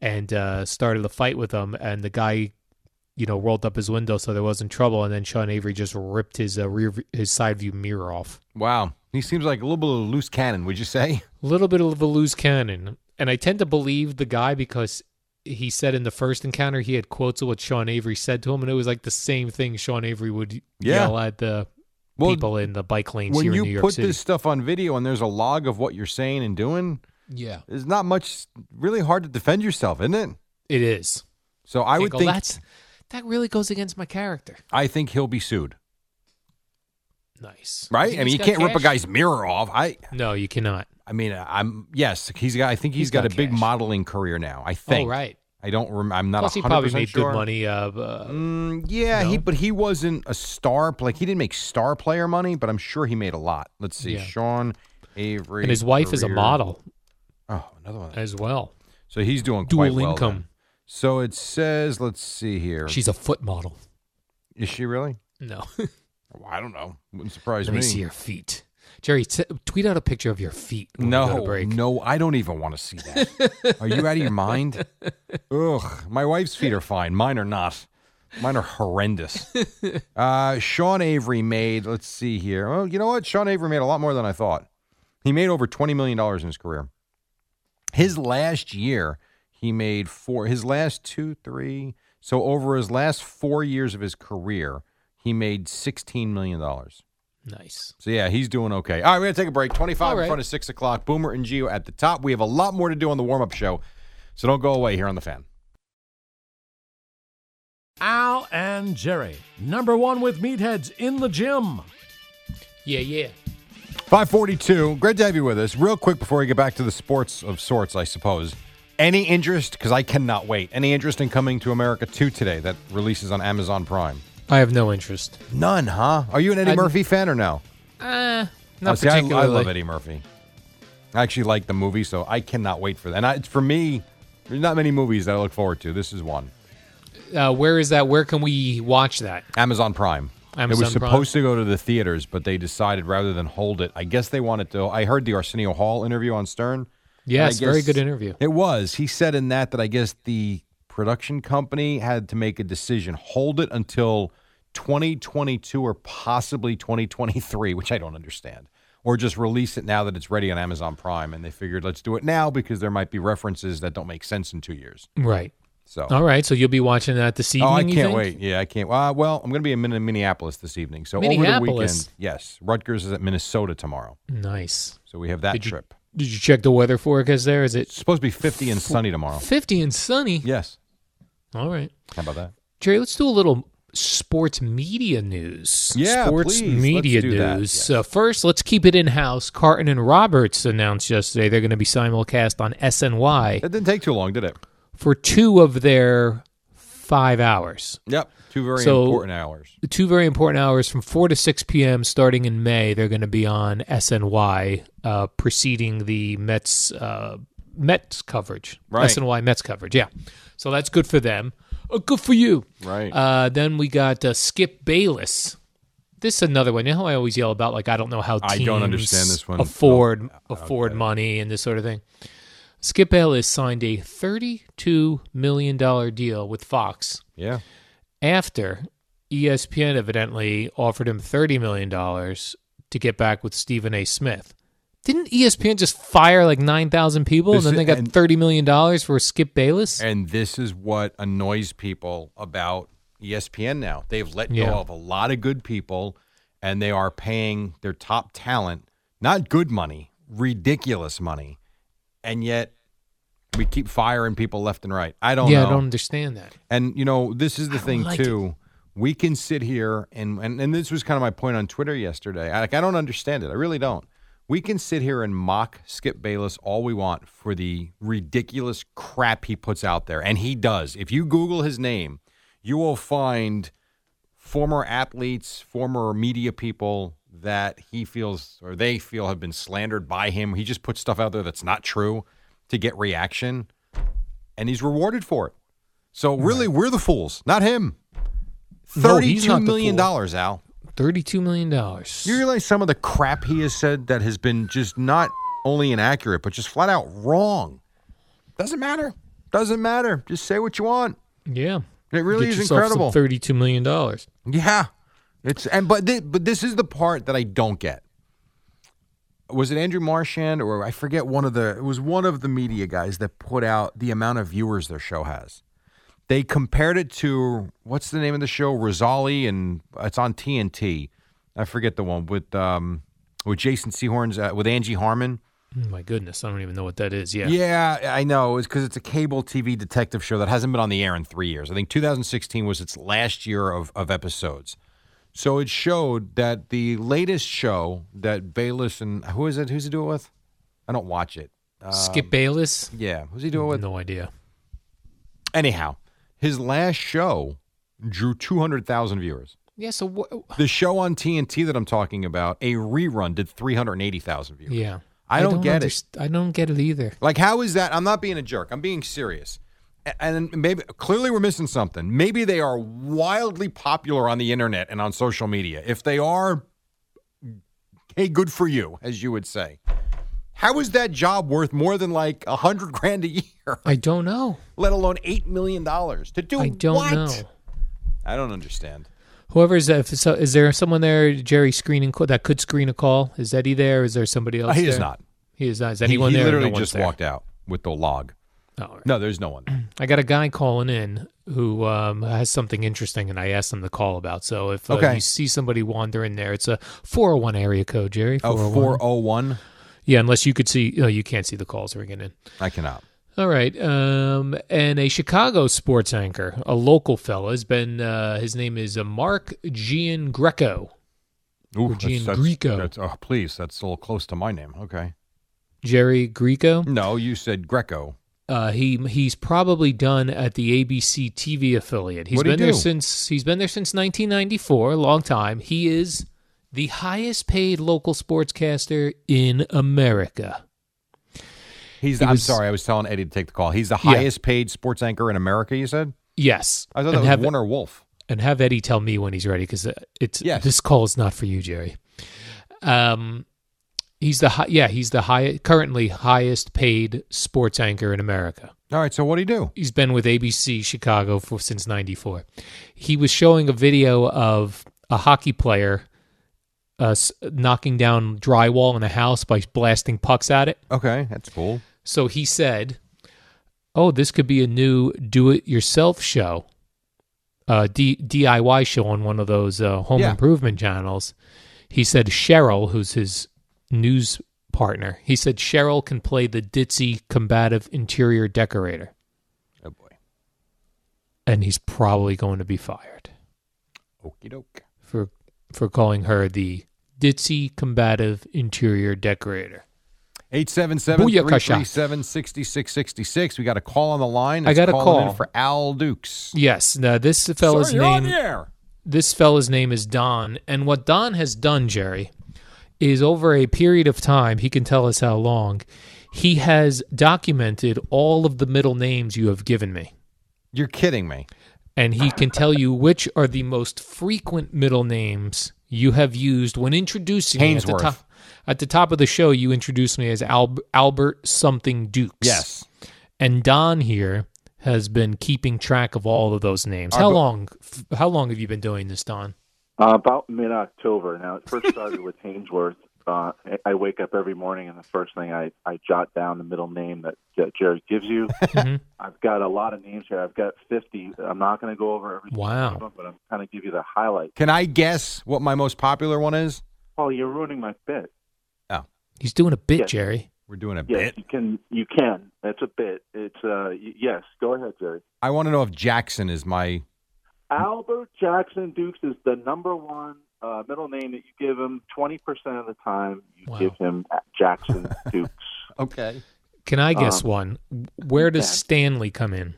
[SPEAKER 2] and uh, started a fight with him. And the guy, you know, rolled up his window so there wasn't trouble. And then Sean Avery just ripped his uh, rear his side view mirror off.
[SPEAKER 1] Wow. He seems like a little bit of a loose cannon, would you say?
[SPEAKER 2] A little bit of a loose cannon. And I tend to believe the guy because he said in the first encounter he had quotes of what Sean Avery said to him, and it was like the same thing Sean Avery would
[SPEAKER 1] Yeah.
[SPEAKER 2] yell at the
[SPEAKER 1] Well,
[SPEAKER 2] people in the bike lanes
[SPEAKER 1] When
[SPEAKER 2] here
[SPEAKER 1] you
[SPEAKER 2] in New York
[SPEAKER 1] put
[SPEAKER 2] City.
[SPEAKER 1] this stuff on video and there's a log of what you're saying and doing,
[SPEAKER 2] Yeah.
[SPEAKER 1] it's not much, really hard to defend yourself, isn't it?
[SPEAKER 2] It is.
[SPEAKER 1] So I
[SPEAKER 2] Can't
[SPEAKER 1] would
[SPEAKER 2] go,
[SPEAKER 1] think
[SPEAKER 2] "That's- that really goes against my character.
[SPEAKER 1] I think he'll be sued,
[SPEAKER 2] Nice,
[SPEAKER 1] right?
[SPEAKER 2] think
[SPEAKER 1] I mean,
[SPEAKER 2] he's
[SPEAKER 1] you
[SPEAKER 2] got
[SPEAKER 1] can't rip a
[SPEAKER 2] cash. Oh,
[SPEAKER 1] guy's mirror off. I
[SPEAKER 2] No, you cannot.
[SPEAKER 1] I mean, I'm yes, he's got. I think
[SPEAKER 2] He's
[SPEAKER 1] he's got,
[SPEAKER 2] got Oh,
[SPEAKER 1] a big modeling career now. I think.
[SPEAKER 2] right.
[SPEAKER 1] I don't. Rem- I'm not.
[SPEAKER 2] Plus, he
[SPEAKER 1] 100%
[SPEAKER 2] probably made
[SPEAKER 1] sure. Mm,
[SPEAKER 2] good money. Uh, uh,
[SPEAKER 1] Yeah,
[SPEAKER 2] No?
[SPEAKER 1] he but he wasn't a star. pl- Like he didn't make star player money, but I'm sure he made a lot. Let's see,
[SPEAKER 2] Yeah.
[SPEAKER 1] Sean Avery,
[SPEAKER 2] and his wife is a
[SPEAKER 1] career-
[SPEAKER 2] model
[SPEAKER 1] Oh, another one.
[SPEAKER 2] as well.
[SPEAKER 1] So he's doing
[SPEAKER 2] Dual
[SPEAKER 1] quite well
[SPEAKER 2] income.
[SPEAKER 1] then. So it says, let's see here.
[SPEAKER 2] She's a foot model.
[SPEAKER 1] Is she really?
[SPEAKER 2] No,
[SPEAKER 1] Well, I don't know. Wouldn't surprise
[SPEAKER 2] let me
[SPEAKER 1] me.
[SPEAKER 2] see your feet, Jerry. T- tweet out a picture of your feet. when we go to
[SPEAKER 1] No,
[SPEAKER 2] break.
[SPEAKER 1] no, I don't even want to see that. are you out of your mind? Ugh, my wife's feet are fine. Mine are not. Mine are horrendous. Uh, Sean Avery made. Let's see here. Oh, you know what? Sean Avery made a lot more than I thought. He made over twenty million dollars in his career. His last year, he made four. His last two, three. So over his last four years of his career, he made sixteen million dollars.
[SPEAKER 2] Nice.
[SPEAKER 1] So yeah, he's doing okay. All right, we're gonna take a break. Twenty-five
[SPEAKER 2] All right.
[SPEAKER 1] in front of six o'clock. Boomer and Geo at the top. We have a lot more to do on the warm-up show, so don't go away here on the fan.
[SPEAKER 8] Al and Jerry, number one with meatheads in the gym.
[SPEAKER 2] Yeah, yeah.
[SPEAKER 1] Five forty-two. Great to have you with us. Real quick before we get back to the sports of sorts, I suppose. Any interest? Because I cannot wait. Any interest in coming to America two today? That releases on Amazon Prime.
[SPEAKER 2] I have no interest.
[SPEAKER 1] None, huh? Are you an Eddie
[SPEAKER 2] I-
[SPEAKER 1] Murphy fan or no?
[SPEAKER 2] Uh,
[SPEAKER 1] Oh,
[SPEAKER 2] not
[SPEAKER 1] see, I- I,
[SPEAKER 2] particularly.
[SPEAKER 1] love Eddie Murphy. I actually like the movie, so I cannot wait for that. And I, for me, there's not many movies that I look forward to. This is one.
[SPEAKER 2] Uh, where is that? Where can we watch that?
[SPEAKER 1] Amazon Prime. it was
[SPEAKER 2] Amazon Prime.
[SPEAKER 1] supposed to go to the theaters, but they decided rather than hold it. I guess they wanted to. I heard the Arsenio Hall interview on Stern. and
[SPEAKER 2] Yes,
[SPEAKER 1] I
[SPEAKER 2] very
[SPEAKER 1] guess-
[SPEAKER 2] good interview.
[SPEAKER 1] It was. He said in that that I guess the production company had to make a decision, hold it until 2022 or possibly 2023, which I don't understand, or just release it now that it's ready on Amazon Prime. And they figured let's do it now because there might be references that don't make sense in two years.
[SPEAKER 2] Right.
[SPEAKER 1] So
[SPEAKER 2] All right. So you'll be watching that this evening.
[SPEAKER 1] Oh, I
[SPEAKER 2] you
[SPEAKER 1] can't
[SPEAKER 2] think?
[SPEAKER 1] wait. Yeah, I can't. Uh, well, I'm going to be in Min- Minneapolis this evening. So over the
[SPEAKER 2] Minneapolis?
[SPEAKER 1] weekend, yes, Rutgers is at Minnesota tomorrow.
[SPEAKER 2] Nice.
[SPEAKER 1] So we have that
[SPEAKER 2] Did you-
[SPEAKER 1] trip.
[SPEAKER 2] Did you check the weather forecast? There is
[SPEAKER 1] It's
[SPEAKER 2] it
[SPEAKER 1] supposed to be 50 and sunny tomorrow.
[SPEAKER 2] fifty and sunny.
[SPEAKER 1] Yes.
[SPEAKER 2] All right.
[SPEAKER 1] How about that?
[SPEAKER 2] Jerry, let's do a little sports media news.
[SPEAKER 1] Yeah,
[SPEAKER 2] sports
[SPEAKER 1] please,
[SPEAKER 2] media
[SPEAKER 1] let's do that,
[SPEAKER 2] news. Uh, first, let's keep it in house. Carton and Roberts announced yesterday they're going to be simulcast on SNY
[SPEAKER 1] That didn't take too long, did it?
[SPEAKER 2] for two of their five hours.
[SPEAKER 1] Yep. Two very
[SPEAKER 2] So-
[SPEAKER 1] important hours.
[SPEAKER 2] The two very important hours from 4 to 6 p.m. starting in May, they're going to be on SNY, uh, preceding the Mets uh, Mets coverage.
[SPEAKER 1] Right.
[SPEAKER 2] SNY Mets coverage, yeah. So that's good for them. Uh, good for you.
[SPEAKER 1] Right.
[SPEAKER 2] Uh, then we got uh, Skip Bayless. This is another one. You know how I always yell about like I don't know how
[SPEAKER 1] I
[SPEAKER 2] teams
[SPEAKER 1] don't understand this one.
[SPEAKER 2] afford afford money and this sort of thing. Skip Bayless signed a $32 million deal with Fox.
[SPEAKER 1] Yeah.
[SPEAKER 2] After E ESPN evidently offered him $30 million to get back with Stephen A. Smith. Didn't E ESPN just fire like 9,000 people and
[SPEAKER 1] This
[SPEAKER 2] then
[SPEAKER 1] is-
[SPEAKER 2] they got
[SPEAKER 1] and-
[SPEAKER 2] $30 million for Skip Bayless?
[SPEAKER 1] And this is what annoys people about E ESPN now. They've let
[SPEAKER 2] Yeah.
[SPEAKER 1] go of a lot of good people and they are paying their top talent not good money, ridiculous money. And yet we keep firing people left and right. I don't
[SPEAKER 2] yeah,
[SPEAKER 1] know.
[SPEAKER 2] I don't understand that.
[SPEAKER 1] And you know, this is the thing
[SPEAKER 2] like
[SPEAKER 1] too. We can sit here and, and and this was kind of my point on Twitter yesterday. I, like I don't understand it. I really don't. We can sit here and mock Skip Bayless all we want for the ridiculous crap he puts out there, and he does. If you Google his name, you will find former athletes, former media people that he feels or they feel have been slandered by him. He just puts stuff out there that's not true to get reaction, and he's rewarded for it. So really, we're the fools, not him.
[SPEAKER 2] No,
[SPEAKER 1] Thirty-two
[SPEAKER 2] he's
[SPEAKER 1] million
[SPEAKER 2] not the fool.
[SPEAKER 1] dollars, Al.
[SPEAKER 2] $32 million.
[SPEAKER 1] You realize some of the crap he has said that has been just not only inaccurate, but just flat out wrong. Doesn't matter. Doesn't matter. Just say what you want.
[SPEAKER 2] Yeah.
[SPEAKER 1] It really
[SPEAKER 2] Get
[SPEAKER 1] is
[SPEAKER 2] yourself
[SPEAKER 1] incredible.
[SPEAKER 2] Some $32 million.
[SPEAKER 1] Yeah, it's and but thi- but this is the part that I don't get. Was it Andrew Marchand or I forget one of the? It was one of the media guys that put out the amount of viewers their show has. They compared it to what's the name of the show? Rosali, and uh, it's on TNT. I forget the one with um with Jason Seahorn's uh, with Angie Harmon.
[SPEAKER 2] Oh, My goodness, I don't even know what that is. Yeah.
[SPEAKER 1] Yeah, I know. It's because it's a cable TV detective show that hasn't been on the air in three years. I think 2016 was its last year of, of episodes. So it showed that the latest show that Bayless and who is it? Who's he do it with? I don't watch it.
[SPEAKER 2] Skip
[SPEAKER 1] Um,
[SPEAKER 2] Bayless?
[SPEAKER 1] Yeah. Who's he doing with?
[SPEAKER 2] No idea.
[SPEAKER 1] Anyhow, his last show drew 200,000 viewers.
[SPEAKER 2] Yeah, so what?
[SPEAKER 1] The show on TNT that I'm talking about, a rerun, did 380,000 viewers.
[SPEAKER 2] Yeah.
[SPEAKER 1] I don't, get it.
[SPEAKER 2] underst- I don't get it either.
[SPEAKER 1] Like, how is that? I'm not being a jerk. I'm being serious. A- And maybe clearly we're missing something. Maybe they are wildly popular on the internet and on social media. If they are, hey, good for you, as you would say. How is that job worth more than like a hundred grand a year?
[SPEAKER 2] I don't know.
[SPEAKER 1] Let alone eight million dollars to do.
[SPEAKER 2] I don't
[SPEAKER 1] what?
[SPEAKER 2] know.
[SPEAKER 1] I don't understand.
[SPEAKER 2] Whoever's that, so is there someone there, Jerry, screening call, that could screen a call? Is Eddie there? Is there somebody else?
[SPEAKER 1] he is
[SPEAKER 2] there?
[SPEAKER 1] not.
[SPEAKER 2] He is not. Is
[SPEAKER 1] He-
[SPEAKER 2] anyone
[SPEAKER 1] he
[SPEAKER 2] there?
[SPEAKER 1] literally
[SPEAKER 2] no one's
[SPEAKER 1] just
[SPEAKER 2] there.
[SPEAKER 1] walked out with the log.
[SPEAKER 2] Oh,
[SPEAKER 1] No, there's no one. there.
[SPEAKER 2] I got a guy calling in who um, has something interesting, and I asked him to call about. So if uh,
[SPEAKER 1] Okay.
[SPEAKER 2] you see somebody wander in there, it's a 401 area code, Jerry.
[SPEAKER 1] Oh,
[SPEAKER 2] 401.
[SPEAKER 1] 401?
[SPEAKER 2] Yeah, unless you could see, oh, you can't see the calls ringing in.
[SPEAKER 1] I cannot.
[SPEAKER 2] All right. Um, and a Chicago sports anchor, a local fella, has been, uh, his name is uh, Mark Gian Greco.
[SPEAKER 1] Ooh,
[SPEAKER 2] Gene Greco.
[SPEAKER 1] That's, oh, please, that's a little close to my name. Okay.
[SPEAKER 2] Jerry Greco.
[SPEAKER 1] No, you said Greco.
[SPEAKER 2] Uh, he he's probably done at the ABC TV affiliate. He's
[SPEAKER 1] What'd he
[SPEAKER 2] been there
[SPEAKER 1] do?
[SPEAKER 2] since he's been there since 1994, a long time. He is the highest paid local sportscaster in America.
[SPEAKER 1] He's.
[SPEAKER 2] He
[SPEAKER 1] I'm
[SPEAKER 2] was-
[SPEAKER 1] sorry, I was telling Eddie to take the call. He's the
[SPEAKER 2] Yeah.
[SPEAKER 1] highest paid sports anchor in America. You said.
[SPEAKER 2] Yes,
[SPEAKER 1] I thought
[SPEAKER 2] And
[SPEAKER 1] that was
[SPEAKER 2] have-
[SPEAKER 1] Warner Wolf.
[SPEAKER 2] and have Eddie tell me when he's ready because it's
[SPEAKER 1] Yes.
[SPEAKER 2] this call is not for you, Jerry. Um, he's the hi- yeah he's the high currently highest paid sports anchor in America.
[SPEAKER 1] All right. So what do you do?
[SPEAKER 2] He's been with ABC Chicago for since '94. He was showing a video of a hockey player uh, s- knocking down drywall in a house by blasting pucks at it.
[SPEAKER 1] Okay, that's cool.
[SPEAKER 2] So he said, "Oh, this could be a new do-it-yourself show, uh, D- DIY show on one of those uh, home
[SPEAKER 1] Yeah.
[SPEAKER 2] improvement channels." He said Cheryl, who's his news partner, he said Cheryl can play the ditzy combative interior decorator,
[SPEAKER 1] Oh boy.
[SPEAKER 2] and he's probably going to be fired
[SPEAKER 1] Okie doke.
[SPEAKER 2] for for calling her the ditzy combative interior decorator.
[SPEAKER 1] 877-337-6666. We got a call on the line.
[SPEAKER 2] I
[SPEAKER 1] It's
[SPEAKER 2] got a
[SPEAKER 1] calling in
[SPEAKER 2] call.
[SPEAKER 1] for Al Dukes.
[SPEAKER 2] Yes, now this fella's
[SPEAKER 1] Sir, you're on
[SPEAKER 2] name.
[SPEAKER 1] the air.
[SPEAKER 2] this fella's name is Don, and what Don has done, Jerry, is over a period of time, he can tell us how long, he has documented all of the middle names you have given me.
[SPEAKER 1] You're kidding me.
[SPEAKER 2] And he can tell you which are the most frequent middle names you have used when introducing me at the
[SPEAKER 1] Hainsworth.
[SPEAKER 2] top. At the top of the show, you introduced me as Al- Albert something Dukes.
[SPEAKER 1] Yes.
[SPEAKER 2] And Don here has been keeping track of all of those names.
[SPEAKER 11] Our
[SPEAKER 2] How
[SPEAKER 11] bo-
[SPEAKER 2] long? f- How long have you been doing this, Don?
[SPEAKER 11] Uh, about mid October. Now, it first started with Hainsworth. Uh, I- I wake up every morning, and the first thing I, I jot down the middle name that, that Jared gives you. I've got a lot of names here. I've got 50. I'm not going to go over every single
[SPEAKER 1] Wow.
[SPEAKER 11] one of them, but I'm kind of give you the highlight.
[SPEAKER 1] Can I guess what my most popular one is?
[SPEAKER 11] Paul, you're ruining my bit.
[SPEAKER 2] He's doing a bit,
[SPEAKER 11] Yes.
[SPEAKER 2] Jerry.
[SPEAKER 1] We're doing a
[SPEAKER 11] Yes,
[SPEAKER 1] bit.
[SPEAKER 11] you can. You can. That's a bit. It's uh. y- Yes, go ahead, Jerry.
[SPEAKER 1] I want to know if Jackson is my.
[SPEAKER 11] Albert Jackson Dukes is the number one uh, middle name that you give him. Twenty percent of the time, you give him Jackson Dukes.
[SPEAKER 1] okay.
[SPEAKER 2] Can I guess
[SPEAKER 11] Um,
[SPEAKER 2] one? Where does
[SPEAKER 11] yeah.
[SPEAKER 2] Stanley come in?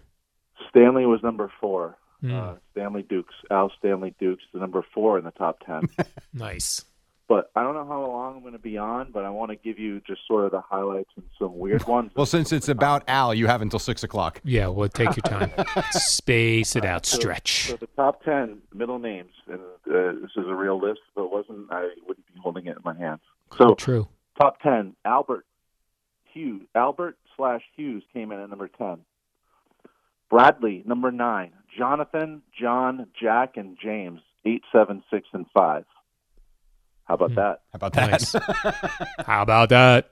[SPEAKER 11] Stanley was number four.
[SPEAKER 2] Hmm.
[SPEAKER 11] Uh, Stanley Dukes, Al Stanley Dukes, the number four in the top ten.
[SPEAKER 2] nice.
[SPEAKER 11] But I don't know how long I'm going to be on, but I want to give you just sort of the highlights and some weird ones.
[SPEAKER 1] Well, since it's about Al, you have until six o'clock.
[SPEAKER 2] Yeah, well, take your time. Space it out. Stretch.
[SPEAKER 11] So the top ten middle names, and uh, this is a real list. If it wasn't, I wouldn't be holding it in my hands. So
[SPEAKER 2] true.
[SPEAKER 11] Top ten: Albert Hughes. Albert slash Hughes came in at number ten. Bradley, number nine. Jonathan, John, Jack, and James, eight, seven, six, and five. How about that?
[SPEAKER 1] How about
[SPEAKER 2] that? How about that?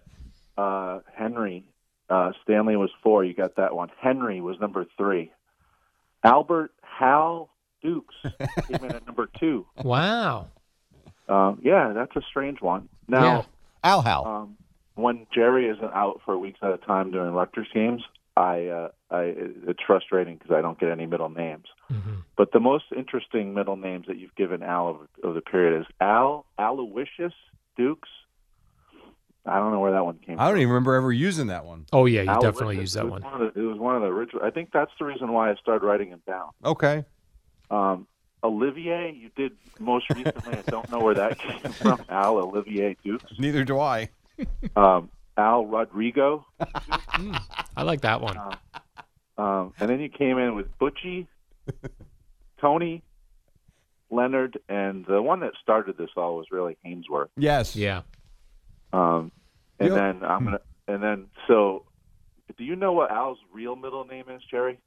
[SPEAKER 11] Uh, Henry, uh, Stanley was four. You got that one. Henry was number three. Albert Hal Dukes came in at number two.
[SPEAKER 2] Wow.
[SPEAKER 11] Uh, yeah, that's a strange one. Now,
[SPEAKER 2] Yeah.
[SPEAKER 1] Al Hal.
[SPEAKER 11] Um, when Jerry isn't out for weeks at a time during Rutgers games, I, uh, I it's frustrating because I don't get any middle names.
[SPEAKER 1] Mm-hmm.
[SPEAKER 11] But the most interesting middle names that you've given Al of, of the period is Al Aloysius Dukes. I don't know where that one came.
[SPEAKER 1] I don't even remember ever using that one.
[SPEAKER 2] Oh yeah,
[SPEAKER 11] from. Al Aloysius. It was of the- it was one of the original. I think that's the reason why I started writing him down.
[SPEAKER 1] Okay.
[SPEAKER 11] Um, Olivier, you did most recently. I don't know where that came from. Al Olivier Dukes.
[SPEAKER 1] Neither do I.
[SPEAKER 11] Um, Al Rodrigo.
[SPEAKER 2] I like that one.
[SPEAKER 11] Um, and then you came in with Butchie, Tony, Leonard, and the one that started this all was really Hainsworth.
[SPEAKER 1] Yes.
[SPEAKER 2] Yeah.
[SPEAKER 11] Um, and
[SPEAKER 1] Yep.
[SPEAKER 11] then I'm gonna, and then so, do you know what Al's real middle name is, Jerry?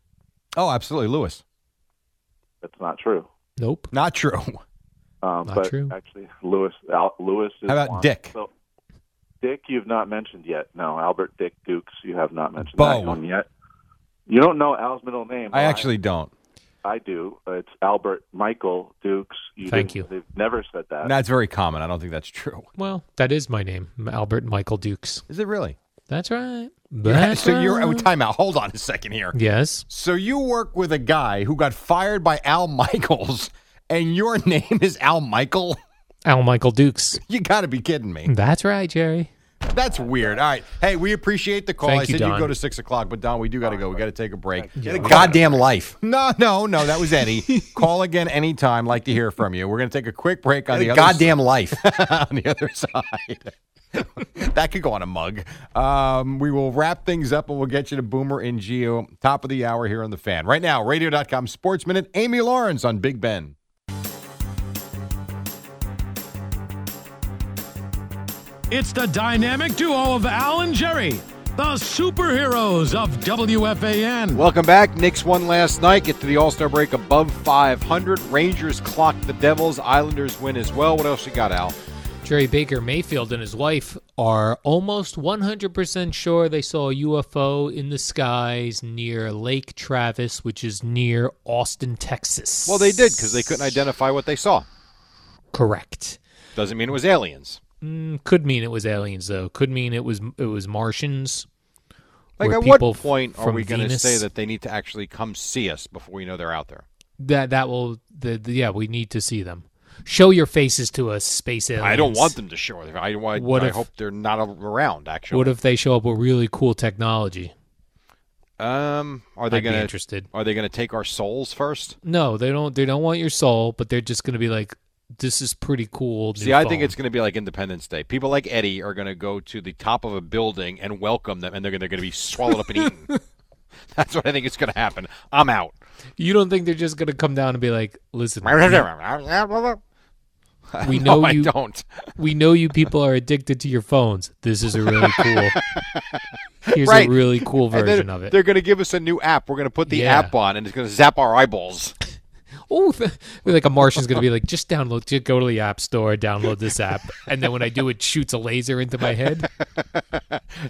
[SPEAKER 1] Oh, absolutely, Lewis.
[SPEAKER 11] That's not true.
[SPEAKER 2] Nope.
[SPEAKER 1] Not true.
[SPEAKER 11] Um,
[SPEAKER 1] Not
[SPEAKER 11] but
[SPEAKER 1] true.
[SPEAKER 11] actually, Lewis. Al, Lewis is
[SPEAKER 1] How about
[SPEAKER 11] one.
[SPEAKER 1] Dick?
[SPEAKER 11] So, Dick, you've not mentioned yet. No, Albert Dick Dukes, you have not mentioned
[SPEAKER 1] Bo.
[SPEAKER 11] that one yet. You don't know Al's middle name.
[SPEAKER 1] I
[SPEAKER 11] Well,
[SPEAKER 1] actually don't.
[SPEAKER 11] I do. It's Albert Michael Dukes. You
[SPEAKER 2] Thank
[SPEAKER 11] didn't- They've never said that.
[SPEAKER 1] That's very common. I don't think that's true.
[SPEAKER 2] Well, that is my name, Albert Michael Dukes.
[SPEAKER 1] Is it really?
[SPEAKER 2] That's right. That's
[SPEAKER 1] so you're oh,
[SPEAKER 2] right.
[SPEAKER 1] time out. Hold on a second here.
[SPEAKER 2] Yes.
[SPEAKER 1] So you work with a guy who got fired by Al Michaels, and your name is Al Michael?
[SPEAKER 2] Al Michael Dukes.
[SPEAKER 1] You got to be kidding me.
[SPEAKER 2] That's right, Jerry.
[SPEAKER 1] That's weird. All right. Hey, we appreciate the call.
[SPEAKER 2] Thank
[SPEAKER 1] I
[SPEAKER 2] you,
[SPEAKER 1] said
[SPEAKER 2] Don.
[SPEAKER 1] go to six o'clock, but Don, we do got to go. We got to take a break.
[SPEAKER 2] Get a
[SPEAKER 1] Goddamn life. No, no, no. That was Eddie. call again anytime. Like to hear from you. We're gonna take a quick break on
[SPEAKER 12] Get a
[SPEAKER 1] the
[SPEAKER 12] goddamn
[SPEAKER 1] life on the other side. that could go on a mug. Um, we will wrap things up and we'll get you to Boomer and Geo. Top of the hour here on the fan. Right now, radio.com Sports Minute. Amy Lawrence on Big Ben.
[SPEAKER 8] It's the dynamic duo of Al and Jerry, the superheroes of WFAN.
[SPEAKER 1] Welcome back. Knicks won last night. Get to the All Star break above 500. Rangers clock the Devils. Islanders win as well. What else you got, Al?
[SPEAKER 2] Jerry Baker Mayfield and his wife are almost 100% sure they saw a UFO in the skies near Lake Travis, which is near Austin, Texas.
[SPEAKER 1] Well, they did because they couldn't identify what they saw.
[SPEAKER 2] Correct.
[SPEAKER 1] Doesn't mean it was aliens.
[SPEAKER 2] Mm, could mean it was aliens, though. Could mean it was it was Martians.
[SPEAKER 1] Like,
[SPEAKER 2] or
[SPEAKER 1] at what
[SPEAKER 2] people f-
[SPEAKER 1] point are
[SPEAKER 2] from
[SPEAKER 1] we going to
[SPEAKER 2] Venus.
[SPEAKER 1] say that they need to actually come see us before we know they're out there?
[SPEAKER 2] that that will the, the- yeah we need to see them show your faces to us space aliens
[SPEAKER 1] I don't want them to show it. I, I,
[SPEAKER 2] What
[SPEAKER 1] I
[SPEAKER 2] if-
[SPEAKER 1] hope they're not around, actually.
[SPEAKER 2] what if they show up with really cool technology
[SPEAKER 1] um, are they
[SPEAKER 2] I'd be
[SPEAKER 1] going to
[SPEAKER 2] interested.
[SPEAKER 1] Are they going to take our souls first?
[SPEAKER 2] no they don't they don't want your soul but they're just going to be like this is pretty cool new
[SPEAKER 1] See, I think
[SPEAKER 2] phone.
[SPEAKER 1] it's going to be like Independence Day. People like Eddie are going to go to the top of a building and welcome them, and they're going to be swallowed up and eaten. That's what I think is going to happen. I'm out.
[SPEAKER 2] you don't think they're just going to come down and be like listen We
[SPEAKER 1] No,
[SPEAKER 2] know
[SPEAKER 1] I
[SPEAKER 2] you
[SPEAKER 1] don't.
[SPEAKER 2] We know you people are addicted to your phones. This is a really cool. Here's
[SPEAKER 1] right.
[SPEAKER 2] a really cool
[SPEAKER 1] And then
[SPEAKER 2] version of it.
[SPEAKER 1] They're going to give us a new app. We're going to put the
[SPEAKER 2] Yeah.
[SPEAKER 1] app on, and it's going to zap our eyeballs.
[SPEAKER 2] Oh, th- like a Martian's gonna be like, just download, just go to the app store, download this app, and then when I do, it shoots a laser into my head.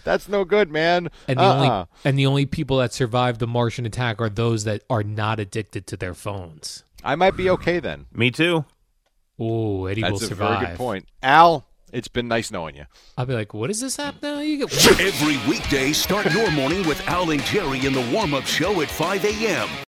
[SPEAKER 1] That's no good, man.
[SPEAKER 2] And the
[SPEAKER 1] Uh-uh.
[SPEAKER 2] only and the only people that survive the Martian attack are those that are not addicted to their phones.
[SPEAKER 1] I might be okay then.
[SPEAKER 7] Me too.
[SPEAKER 2] Oh, Eddie
[SPEAKER 1] That's
[SPEAKER 2] will
[SPEAKER 1] a
[SPEAKER 2] survive.
[SPEAKER 1] very good point, Al. It's been nice knowing you.
[SPEAKER 2] I'll be like, what is this app now? You get
[SPEAKER 5] Every weekday, start your morning with Al and Jerry in the warm up show at 5 a.m.